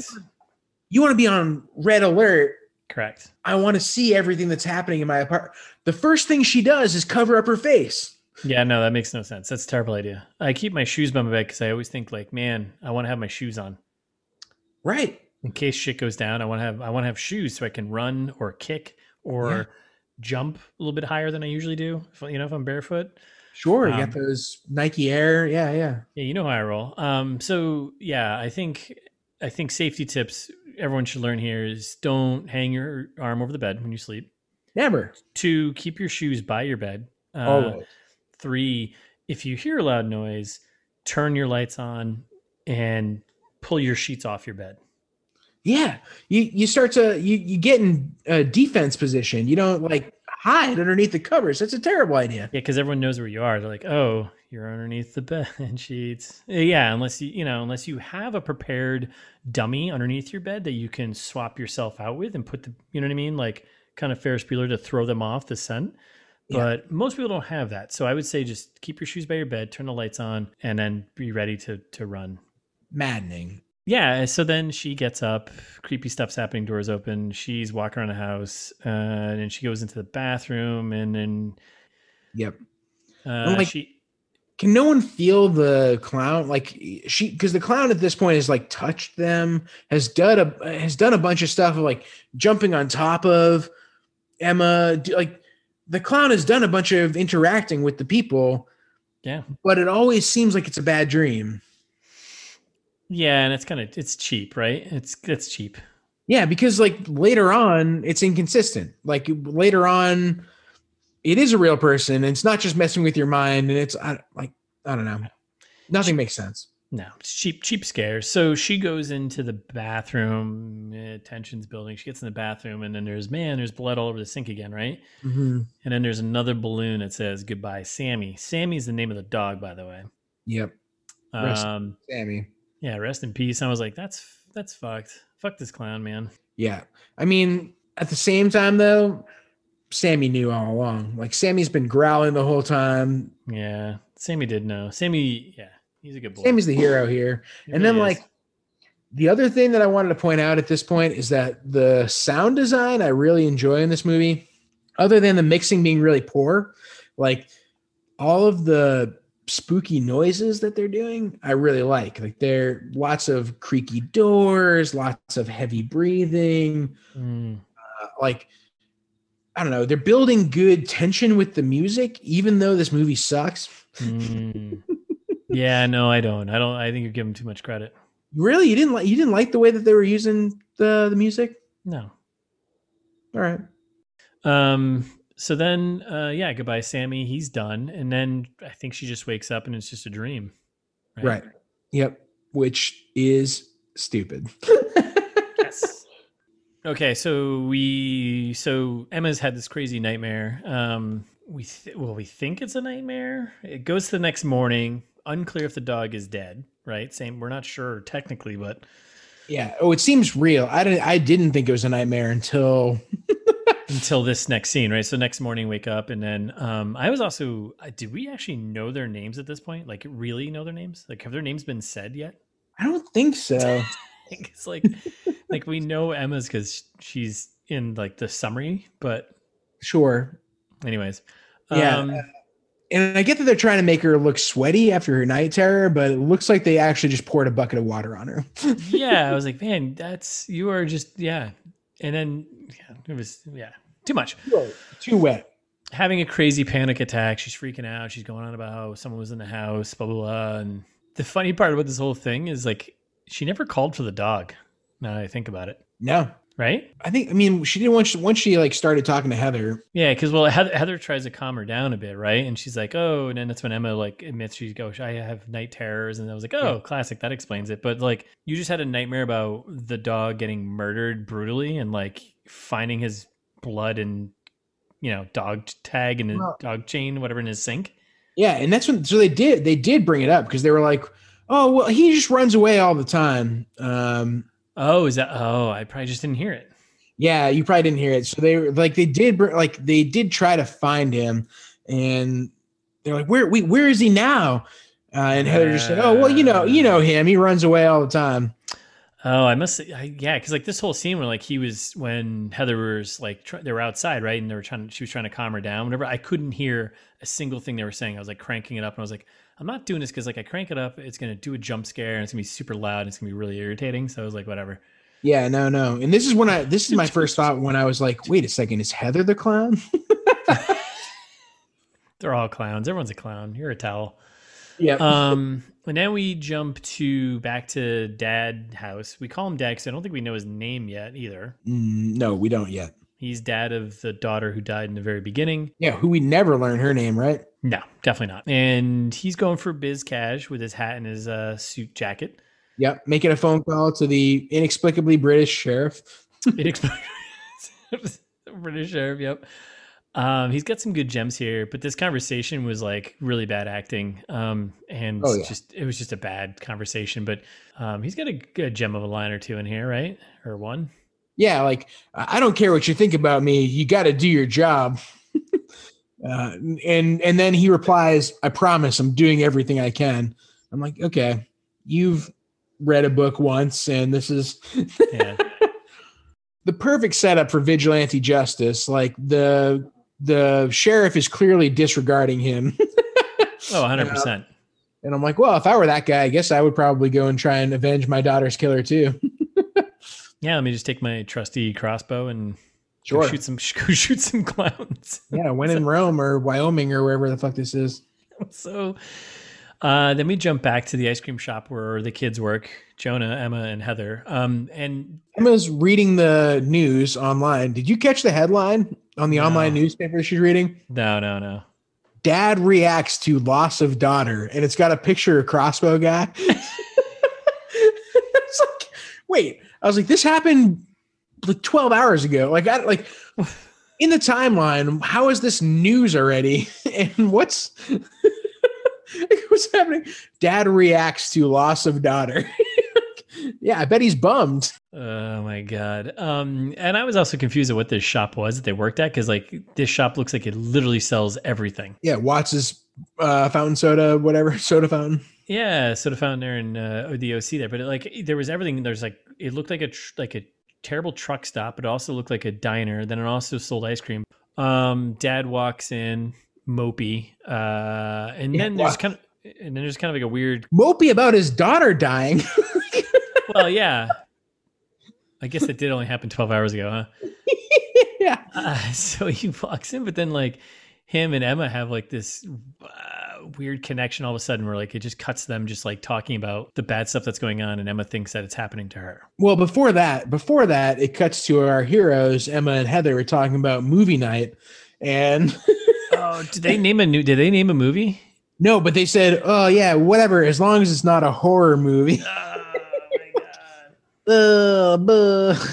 You want to be on red alert.
correct.
I want to see everything that's happening in my apartment. The first thing she does is cover up her face.
Yeah, no, that makes no sense. That's a terrible idea. I keep my shoes by my bed because I always think like, man, I want to have my shoes on
Right.
in case shit goes down. I want to have I want to have shoes so I can run or kick or
Yeah.
jump a little bit higher than I usually do. If, you know, if I'm barefoot.
Sure. you
Um,
got those Nike Air. Yeah. Yeah.
Yeah, you know how I roll. Um, so yeah, I think I think safety tips everyone should learn here is don't hang your arm over the bed when you sleep.
Never.
Two, keep your shoes by your bed. Uh,
Always.
Three, if you hear a loud noise, turn your lights on and pull your sheets off your bed.
Yeah, you you start to you you get in a defense position. You don't like hide underneath the covers. That's a terrible idea.
Yeah, because everyone knows where you are. They're like, oh, you're underneath the bed sheets. Yeah, unless you you know unless you have a prepared dummy underneath your bed that you can swap yourself out with and put the you know what I mean like kind of Ferris Bueller to throw them off the scent.
Yeah.
But most people don't have that, so I would say just keep your shoes by your bed, turn the lights on, and then be ready to to run.
Maddening.
Yeah, so then she gets up, creepy stuff's happening, doors open, she's walking around the house, uh, and then she goes into the bathroom, and then
Yep.
uh,
like,
she
Can no one feel the clown? Like she, because the clown at this point has like touched them, has done a has done a bunch of stuff of like jumping on top of Emma. do- Like the clown has done a bunch of interacting with the people.
Yeah.
but it always seems like it's a bad dream.
Yeah, and it's kind of it's cheap, right? It's it's cheap.
Yeah, because like later on, it's inconsistent. Like later on, it is a real person, and it's not just messing with your mind. And it's I, like I don't know, nothing makes sense.
No, it's cheap, cheap scares. So she goes into the bathroom, eh, tensions building. She gets in the bathroom, and then there's man, there's blood all over the sink again, right? And then there's another balloon that says goodbye, Sammy. Sammy's the name of the dog, by the way.
Yep, Rest-
Um,
Sammy.
yeah, rest in peace. I was like, that's that's fucked. Fuck this clown, man.
Yeah, I mean, at the same time though, Sammy knew all along. Like Sammy's been growling the whole time.
Yeah, Sammy did know. Sammy, yeah, he's a good boy.
Sammy's the hero here.
He
and then
really is.
like the other thing that I wanted to point out at this point is that the sound design I really enjoy in this movie, other than the mixing being really poor, like all of the spooky noises that they're doing, I really like. Like there are lots of creaky doors, lots of heavy breathing,
Mm,
uh, like I don't know, they're building good tension with the music, even though this movie sucks.
mm. yeah, no, I don't. I don't. I think you give him too much credit.
Really, you didn't like you didn't like the way that they were using the the music?
No.
All right.
Um. So then, uh, yeah, goodbye, Sammy. He's done, and then I think she just wakes up and it's just a dream.
Right. Yep. Which is stupid.
Yes. okay. So we. So Emma's had this crazy nightmare. Um. We th- well, we think it's a nightmare. It goes to the next morning. Unclear if the dog is dead. Right. Same. We're not sure technically, but
yeah. Oh, it seems real. I didn't. I didn't think it was a nightmare until.
until this next scene, right? So next morning, wake up, and then um, I was also. uh, Did we actually know their names at this point? Like, really know their names? Like, have their names been said yet?
I don't think so.
think it's like like we know Emma's because she's in like the summary, but
Sure.
anyways,
Yeah,
um,
And I get that they're trying to make her look sweaty after her night terror, but it looks like they actually just poured a bucket of water on her.
yeah. I was like, man, that's you are just yeah. And then yeah, it was yeah too much.
Too wet.
Having a crazy panic attack, she's freaking out. She's going on about how someone was in the house, blah blah blah. And the funny part about this whole thing is like she never called for the dog. Now that I think about it,
No,
right?
I think I mean she didn't once once she like started talking to Heather.
Yeah, because well, Heather, Heather tries to calm her down a bit, right? And she's like, "Oh," and then that's when Emma like admits she goes, "I have night terrors," and I was like, "Oh,
Yeah.
classic. That explains it." But like, you just had a nightmare about the dog getting murdered brutally and like finding his blood and you know dog tag and a
Well-
dog chain, whatever, in his sink.
Yeah, and that's when so they did they did bring it up because they were like, oh well, he just runs away all the time. Um,
Oh, is that? Oh, I probably just didn't hear it.
Yeah, you probably didn't hear it. So they were like they did br- like they did try to find him, and they're like, "Where we where is he now?" Uh, and Heather just said, "Oh well, you know you know him. He runs away all the time."
Oh, I must say, I, yeah, because like this whole scene where like he was when Heather was like tr- they were outside, right, and they were trying, she was trying to calm her down. Whatever, I couldn't hear a single thing they were saying. I was like cranking it up, and I was like, I'm not doing this because like I crank it up, it's gonna do a jump scare, and it's gonna be super loud, and it's gonna be really irritating. So I was like, whatever.
Yeah, no, no. And this is when I this is my first thought when I was like, "Wait a second, is Heather the clown?"
They're all clowns. Everyone's a clown. You're a towel.
yeah,
Um, and then we jump to back to Dad house. We call him Dad because I don't think we know his name yet either.
Mm, no, we don't yet.
He's dad of the daughter who died in the very beginning.
Yeah, who we never learn her name, right?
No, definitely not. And he's going for biz cash with his hat and his uh, suit jacket.
Yep, making a phone call to the inexplicably British sheriff.
Inexplicably- British Arab, yep. Um, he's got some good gems here, but this conversation was like really bad acting. Um, and
Oh, yeah.
just it was just a bad conversation. But um, he's got a, good gem of a line or two in here, right? Or one.
yeah, like I I don't care what you think about me. You got to do your job. uh, and and then he replies, "I promise, I'm doing everything I can." I'm like, okay, you've read a book once, and this is
Yeah.
the perfect setup for vigilante justice. Like the the sheriff is clearly disregarding him,
oh, 100%.
and I'm like, well, if I were that guy, I guess I would probably go and try and avenge my daughter's killer too.
Yeah, let me just take my trusty crossbow and go
Sure.
shoot some go shoot some clowns.
Yeah, when in Rome or Wyoming or wherever the fuck this is.
so uh, then we jump back to the ice cream shop where the kids work jonah emma and heather um, and
Emma's reading the news online. Did you catch the headline on the
No.
online newspaper she's reading?
no no no
Dad reacts to loss of daughter, and it's got a picture of crossbow guy. it's like, wait, I was like, this happened like 12 hours ago. Like, I like in the timeline, how is this news already? and what's like, what's happening? Dad reacts to loss of daughter. yeah, I bet he's bummed.
oh my god um, and i was also confused at what this shop was that they worked at because like this shop looks like it literally sells everything
yeah, Watts's uh, fountain soda, whatever soda fountain.
yeah soda fountain there and uh, the oc there but it, like there was everything there's like it looked like a tr- like a terrible truck stop but it also looked like a diner then it also sold ice cream um dad walks in mopey uh and
Yeah,
then there's
walks.
kind of and then there's kind of like a weird
Mopey about his daughter dying.
well, yeah. I guess that did only happen 12 hours ago, huh?
yeah,
Uh, so he walks in, but then like him and Emma have like this uh, weird connection all of a sudden where like it just cuts them just like talking about the bad stuff that's going on and Emma thinks that it's happening to her.
Well, before that, before that, it cuts to our heroes, Emma and Heather, were talking about movie night, and
Oh, did they name a new did they name a movie?
no, but they said, "Oh yeah, whatever, as long as it's not a horror movie."
Oh my
Uh,
god.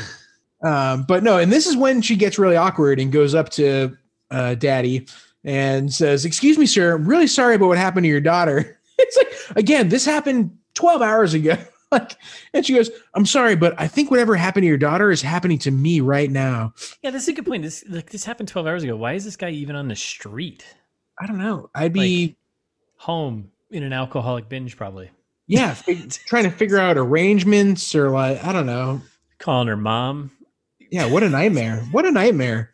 buh. um, but no, and this is when she gets really awkward and goes up to uh, Daddy and says, "Excuse me, sir, I'm really sorry about what happened to your daughter." It's like again, this happened 12 hours ago. Like, and she goes, "I'm sorry, but I think whatever happened to your daughter is happening to me right now."
Yeah, this is a good point. This like this happened 12 hours ago. Why is this guy even on the street?
I don't know. I'd be
Like- Home in an alcoholic binge probably.
yeah, fig- trying to figure out arrangements or like I don't know.
Calling her mom.
Yeah, what a nightmare! What a nightmare!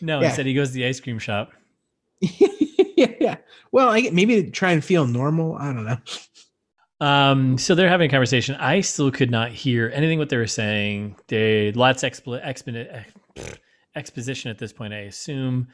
No,
Yeah.
instead he goes to the ice cream shop.
yeah. Well, I, maybe to try and feel normal. I don't know.
Um, so they're having a conversation. I still could not hear anything what they were saying. They lots of expl- expon- eh, pfft, exposition at this point, I assume.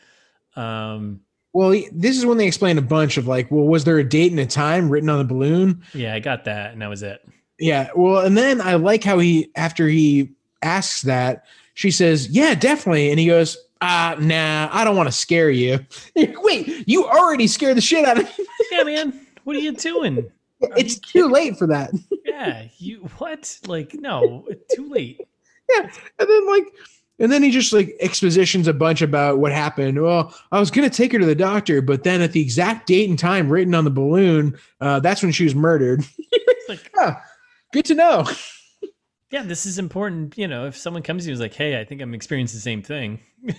Um,
Well, he- this is when they explain a bunch of like, well, was there a date and a time written on the balloon?
yeah, I got that, and that was it.
Yeah. Well, and then I like how he after he asks that, she says, "Yeah, definitely." And he goes, "Ah, nah, I don't want to scare you." Wait, you already scared the shit out of me.
yeah, man. What are you doing? Are
it's
you
too late for that.
yeah, you what? Like, no, too late.
yeah. And then like and then he just like expositions a bunch about what happened. Well, I was gonna take her to the doctor, but then at the exact date and time written on the balloon, uh, that's when she was murdered.
It's like,
yeah, good to know.
yeah, this is important. You know, if someone comes to you and is like, hey, I think I'm experiencing the same thing.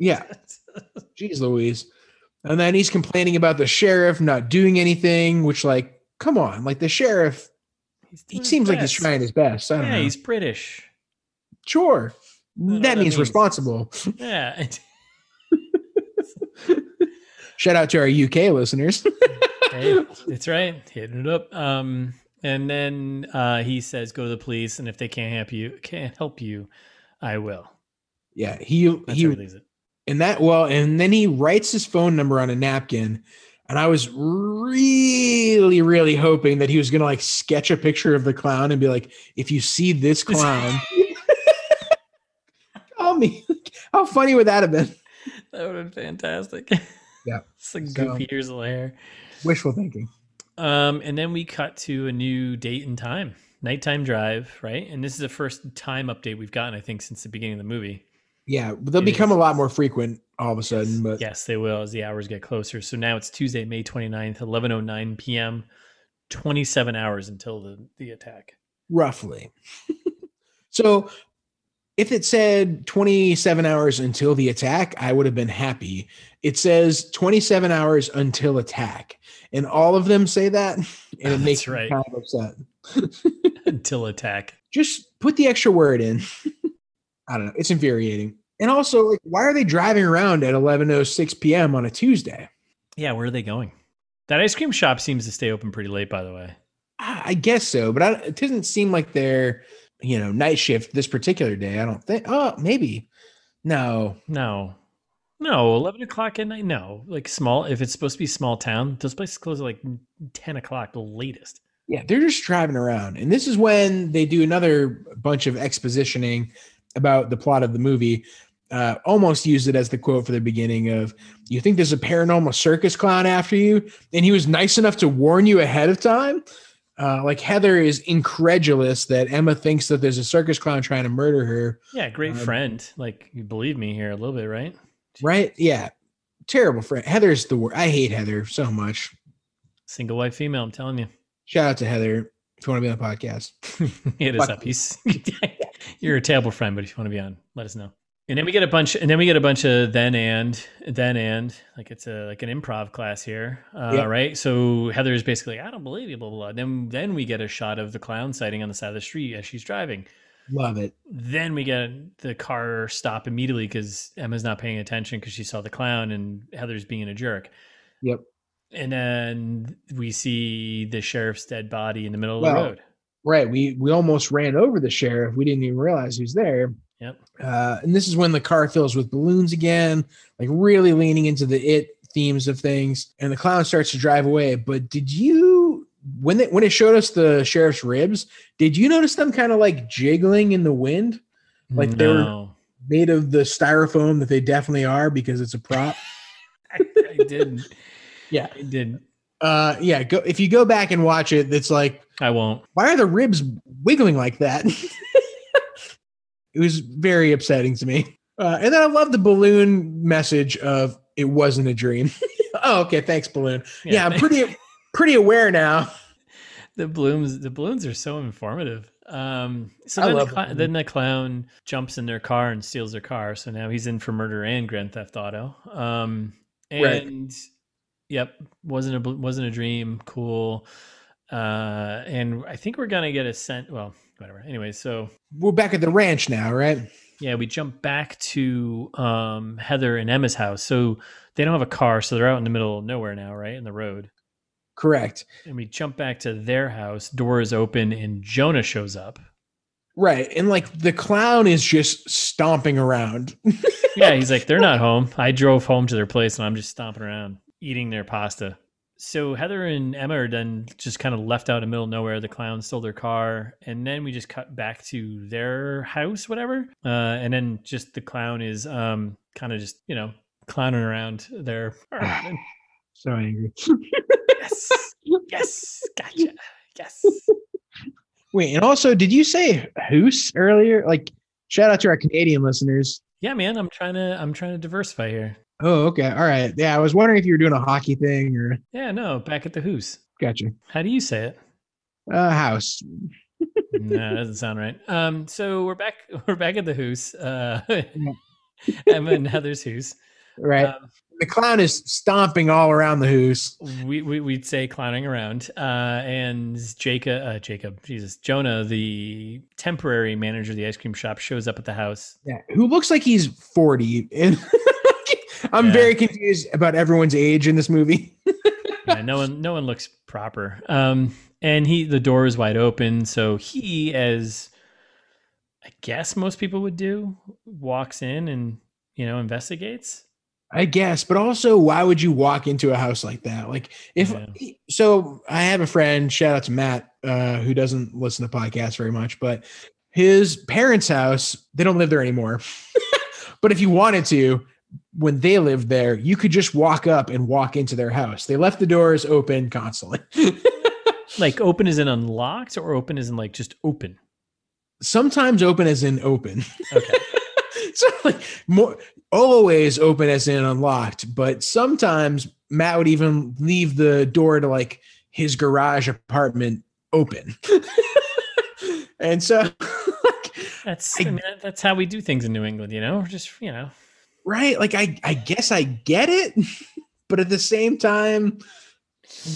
Yeah, jeez Louise. And then he's complaining about the sheriff not doing anything, which like, come on, like the sheriff,
He's doing
he
his
seems like he's
best.
trying his best. I don't
Yeah,
know.
he's Uh, British.
Sure.
know what
That
that
means
means.
responsible.
Yeah.
Shout out to our UK listeners.
hey, that's right. Hitting it up. Um, and then uh, he says, "Go to the police, and if they can't help you, can't help you, I will."
yeah, he
That's
he
how he leaves it.
And that well, and then he writes his phone number on a napkin. And I was really, really hoping that he was gonna like sketch a picture of the clown and be like, if you see this clown, call me. How funny would that have been?
That would have been fantastic.
Yeah.
it's like
So-
goofy years of hair.
Wishful thinking.
Um, and then we cut to a new date and time, nighttime drive, right? And this is the first time update we've gotten, I think, since the beginning of the movie.
Yeah, but they'll
It
become a
is.
lot more frequent all of a sudden. But
Yes, they will as the hours get closer. So now it's Tuesday, May oh 29th, 11:09 p.m. 27 hours until the the attack.
roughly. so if it said 27 hours until the attack, I would have been happy. It says 27 hours until attack, and all of them say that, and it
That's
makes me
right.
kind of upset.
until attack.
Just put the extra word in. I don't know. It's infuriating. And also, like, why are they driving around at 11:06 p.m. on a Tuesday?
Yeah, where are they going? That ice cream shop seems to stay open pretty late, by the way.
I I guess so, but I, it doesn't seem like they're, you know, night shift this particular day. I don't think. Oh, maybe. No,
No, no, eleven o'clock at night. No, like small. If it's supposed to be small town, those places close at like ten o'clock the latest.
Yeah, they're just driving around. And this is when they do another bunch of expositioning about the plot of the movie. Uh, almost used it as the quote for the beginning of you think there's a paranormal circus clown after you and he was nice enough to warn you ahead of time uh, like heather is incredulous that emma thinks that there's a circus clown trying to murder her
Yeah, great
Um,
friend. Like you believe me here a little bit, right?
right yeah terrible friend heather's the word i hate heather so much
Single white female. I'm telling you,
shout out to heather if you want to be on the podcast
hit us
Fuck
up. He's, you're a terrible friend, but if you want to be on, let us know. And then we get a bunch. And then we get a bunch of then and then and like it's a like an improv class here, uh,
Yeah.
right? So Heather is basically, I don't believe you, blah blah. blah. Then then we get a shot of the clown sighting on the side of the street as she's driving.
love it
Then we get the car stop immediately because Emma's not paying attention because she saw the clown and Heather's being a jerk.
Yep.
And then we see the sheriff's dead body in the middle of the
Well,
road.
Right. We we almost ran over the sheriff. We didn't even realize he was there.
Yep.
Uh, and this is when the car fills with balloons again, like really leaning into the it themes of things. And the clown starts to drive away. But did you when it when it showed us the sheriff's ribs? Did you notice them kind of like jiggling in the wind, Like, they were-
no,
made of the styrofoam that they definitely are because it's a prop?
I, I didn't.
Yeah.
I didn't.
uh, yeah. Go if you go back and watch it, it's like
I won't.
why are the ribs wiggling like that? it was very upsetting to me. Uh, and then I love the balloon message of it wasn't a dream. oh, okay, thanks, balloon. Yeah, I'm pretty pretty aware now.
the blooms. The balloons are so informative. Um, so
I
then the,
love
cl-
balloons.
then the clown jumps in their car and steals their car. So now he's in for murder and grand theft auto. Um,
Right.
and yep, wasn't a bl- wasn't a dream. Cool. Uh, and I think we're gonna get a sent. Well, whatever. Anyway, so
We're back at the ranch now, right?
Yeah, we jump back to um, Heather and Emma's house. So they don't have a car, so they're out in the middle of nowhere now, right? In the road.
Correct.
And we jump back to their house. Door is open, and Jonah shows up.
Right. And like the clown is just stomping around.
Yeah, he's like, they're not home. I drove home to their place, and I'm just stomping around eating their pasta. so Heather and Emma are then just kind of left out in the middle of nowhere. The clown stole their car, and then we just cut back to their house, whatever. Uh, and then just the clown is um, kind of just you know clowning around their apartment.
So angry.
yes, yes, gotcha, yes.
Wait, and also, did you say hoose earlier? Like, shout out to our Canadian listeners.
Yeah, man, I'm trying to I'm trying to diversify here.
Oh, okay. All right. Yeah, I was wondering if you were doing a hockey thing or.
Yeah, no, back at the Who's.
Gotcha.
How do you say it?
Uh, house.
no, that doesn't sound right. Um, so we're back. We're back at the Who's. Uh, Emma and Heather's Who's.
Right.
Um,
The clown is stomping all around the hoose.
we, we we'd say clowning around. Uh, and Jacob, uh, Jacob, Jesus, Jonah, the temporary manager of the ice cream shop, shows up at the house.
Yeah, who looks like he's 40. And I'm
Yeah.
very confused about everyone's age in this movie.
yeah, no one no one looks proper. Um, and he the door is wide open, so he, as I guess most people would do, walks in and you know investigates.
I guess, but also, why would you walk into a house like that? Like, if so, I have a friend. Shout out to Matt, uh, who doesn't listen to podcasts very much, but his parents' house they don't live there anymore. but if you wanted to, when they lived there, you could just walk up and walk into their house. They left the doors open constantly.
Like open is in unlocked, or open is in like just open.
Sometimes open as in open.
Okay,
so like more always open as in unlocked, but sometimes Matt would even leave the door to like his garage apartment open. and so like,
that's I mean, that- that's how we do things in New England. You know, We're just you know,
right, like I I guess I get it, but at the same time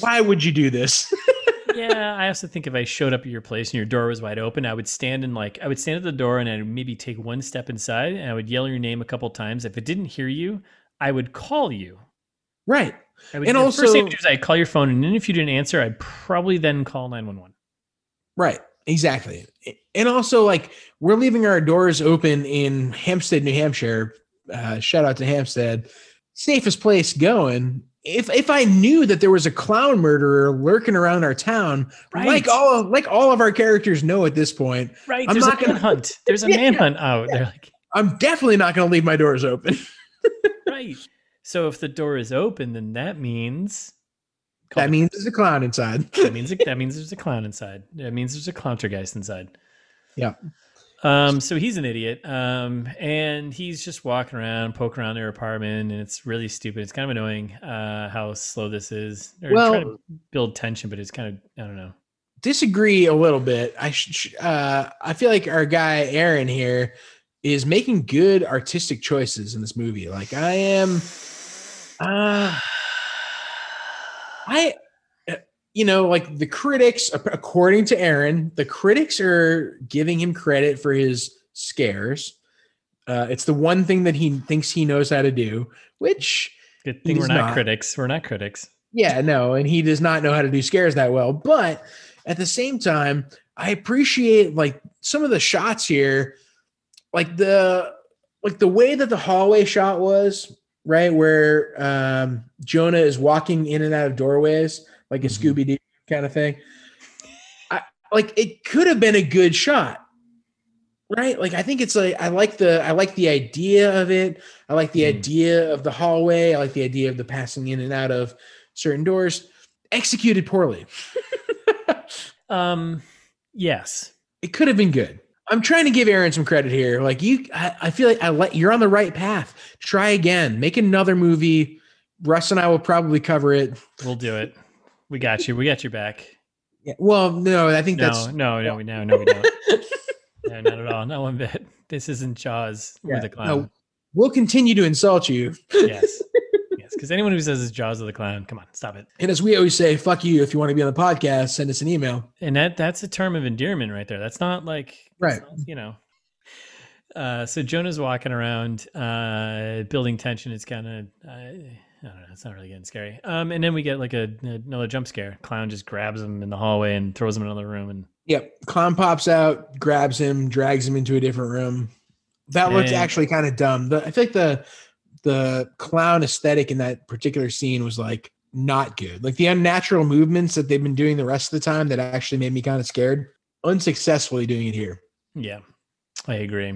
why would you do this?
yeah. I also think if I showed up at your place and your door was wide open, I would stand in like I would stand at the door and I'd maybe take one step inside and I would yell your name a couple times. If it didn't hear you, I would call you.
right.
I would,
And
the first thing I
also-
do is I call your phone, and then if you didn't answer, I'd probably then call nine one one.
Right. Exactly. And also, like, we're leaving our doors open in Hempstead, New Hampshire. Uh, shout out to Hempstead, safest place going. If if I knew that there was a clown murderer lurking around our town,
Right.
like all like all of our characters know at this point,
Right?
I'm
There's
not
a
gonna-
manhunt. There's a
Yeah,
manhunt out. They're like,
I'm definitely not going to leave my doors open.
right. So if the door is open, then that means call
that
the-
means there's a clown inside.
that means that means there's a clown inside. That means there's a clowntergeist inside.
Yeah.
Um, so he's an idiot. Um, and he's just walking around, poking around their apartment, and it's really stupid. It's kind of annoying uh, how slow this is. They're trying to build tension, but it's kind of I don't know.
disagree a little bit. I sh- sh- uh, I feel like our guy Aaron here is making good artistic choices in this movie. Like I am, uh, I, uh, you know, like the critics, ap- according to Aaron, the critics are giving him credit for his scares. Uh, it's the one thing that he thinks he knows how to do, which
Good thing we're
He's
not,
not.
critics. We're not critics.
yeah, no, and he does not know how to do scares that well. But at the same time, I appreciate like some of the shots here, like the like the way that the hallway shot was, right? Where um Jonah is walking in and out of doorways, like a
Mhm.
Scooby Doo kind of thing. I like it could have been a good shot. Right? Like I think it's like I like the I like the idea of it. I like the
Mhm.
idea of the hallway. I like the idea of the passing in and out of certain doors executed poorly.
Um, yes.
It could have been good. I'm trying to give Aaron some credit here. Like you, I, I feel like I let you're on the right path. Try again. Make another movie. Russ and I will probably cover it.
We'll do it. We got you. We got your back.
Yeah, Well, no, I think
No,
that's
no, no, we no, no, we don't. no, not at all. No one bit. This isn't Jaws or
Yeah,
the
no.
clown.
We'll continue to insult you,
Yes. Yes. Because anyone who says it's Jaws or the clown, come on, stop it.
and as we always say, "Fuck you." If you want to be on the podcast, send us an email.
And that that's a term of endearment right there. That's not like it's
Right.
not, you know. Uh, so Jonah's walking around, uh, building tension. It's kind of uh, I don't know. It's not really getting scary. Um, and then we get like a another jump scare. Clown just grabs him in the hallway and throws him in another room. And
Yep. Clown pops out, grabs him, drags him into a different room. That looked
Yeah.
actually kind of dumb. The, I feel like the the clown aesthetic in that particular scene was like not good. Like the unnatural movements that they've been doing the rest of the time that actually made me kind of scared. Unsuccessfully doing it here.
Yeah, I agree.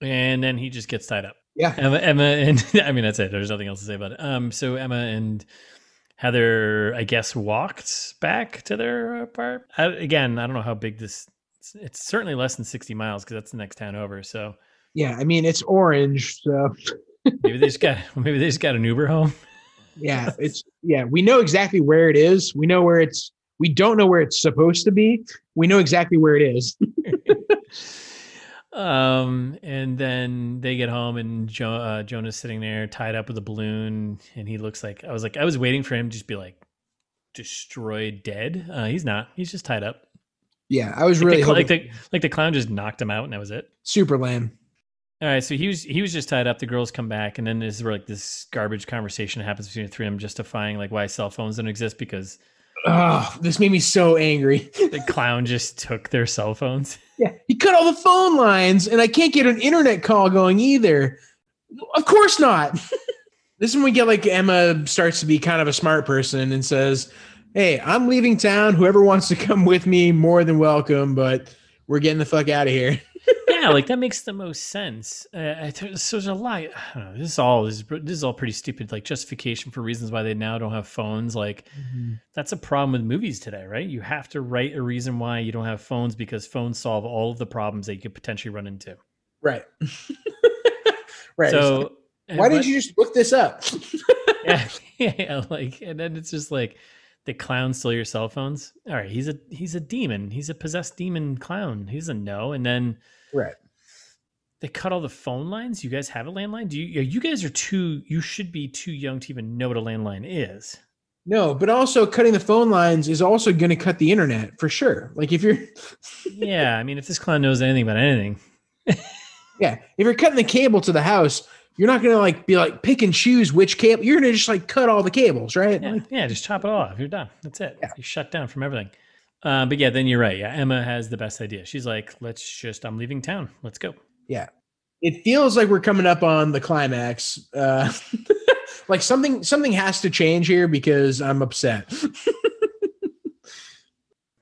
And then he just gets tied up.
Yeah.
Emma, Emma, and I mean that's it. There's nothing else to say about it. Um, so Emma and Heather, I guess, walked back to their apartment. I, again, I don't know how big this. It's, it's certainly less than 60 miles because that's the next town over. So
Yeah, I mean it's orange, so
maybe they just got maybe they just got an Uber home.
yeah, it's yeah, we know exactly where it is. We know where it's we don't know where it's supposed to be. We know exactly where it is.
um, and then they get home, and jo- uh, Jonah's sitting there tied up with a balloon, and he looks like I was like I was waiting for him to just be like destroyed, dead. Uh, he's not. He's just tied up.
Yeah, I was
Like,
really
the, cl- like
hoping-
the like the clown just knocked him out, and that was it.
super lame.
All right, so he was he was just tied up. The girls come back, and then this is where like this garbage conversation happens between the three of them, justifying like why cell phones don't exist because
Oh, this made me so angry.
the clown just took their cell phones.
Yeah, he cut all the phone lines, and I can't get an internet call going either. Of course not. this is when we get like Emma starts to be kind of a smart person and says, "Hey, I'm leaving town. Whoever wants to come with me, more than welcome. But we're getting the fuck out of here."
yeah, like that makes the most sense. Uh, I th- so there's a lot. I don't know, this is all this is, this is all pretty stupid. Like justification for reasons why they now don't have phones. Like that's a problem with movies today, right? You have to write a reason why you don't have phones because phones solve all of the problems that you could potentially run into.
Right. right.
So uh,
why
but-
did you just look this up?
yeah, yeah, like, and then it's just like the clown steal your cell phones. All right, he's a he's a demon. He's a possessed demon clown. He's a no. And then
Right.
they cut all the phone lines. You guys have a landline? Do you? You guys are too. You should be too young to even know what a landline is.
no, but also cutting the phone lines is also going to cut the internet for sure. Like if you're
yeah, I mean, if this clown knows anything about anything,
Yeah, if you're cutting the cable to the house, you're not gonna like be like pick and choose which cable. You're gonna just like cut all the cables, right?
yeah,
Like,
yeah, just chop it all off. You're done. That's it.
Yeah.
You're shut down from everything. Uh, but yeah, then you're right. Yeah, Emma has the best idea. She's like, "Let's just. I'm leaving town. Let's go."
it feels like we're coming up on the climax. Uh, like something something has to change here because I'm upset.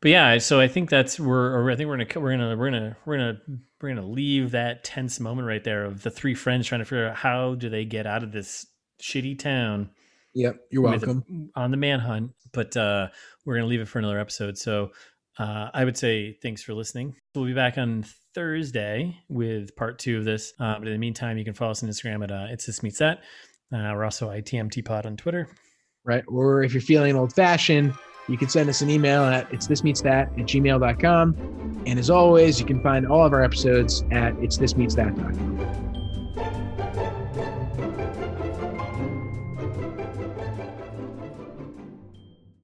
But yeah, so I think that's we're or I think we're gonna we're gonna we're gonna we're gonna we're gonna leave that tense moment right there of the three friends trying to figure out how do they get out of this shitty town
yep, you're
with-
welcome.
on the manhunt. But uh, we're gonna leave it for another episode. So uh, I would say thanks for listening. We'll be back on Thursday with part two of this. Uh, but in the meantime, you can follow us on Instagram at uh, it's this meets that. Uh, we're also ITMT Pod on Twitter.
right? Or if you're feeling old fashioned, you can send us an email at it's this meets that at gmail.com. And as always, you can find all of our episodes at it's this meets that.com.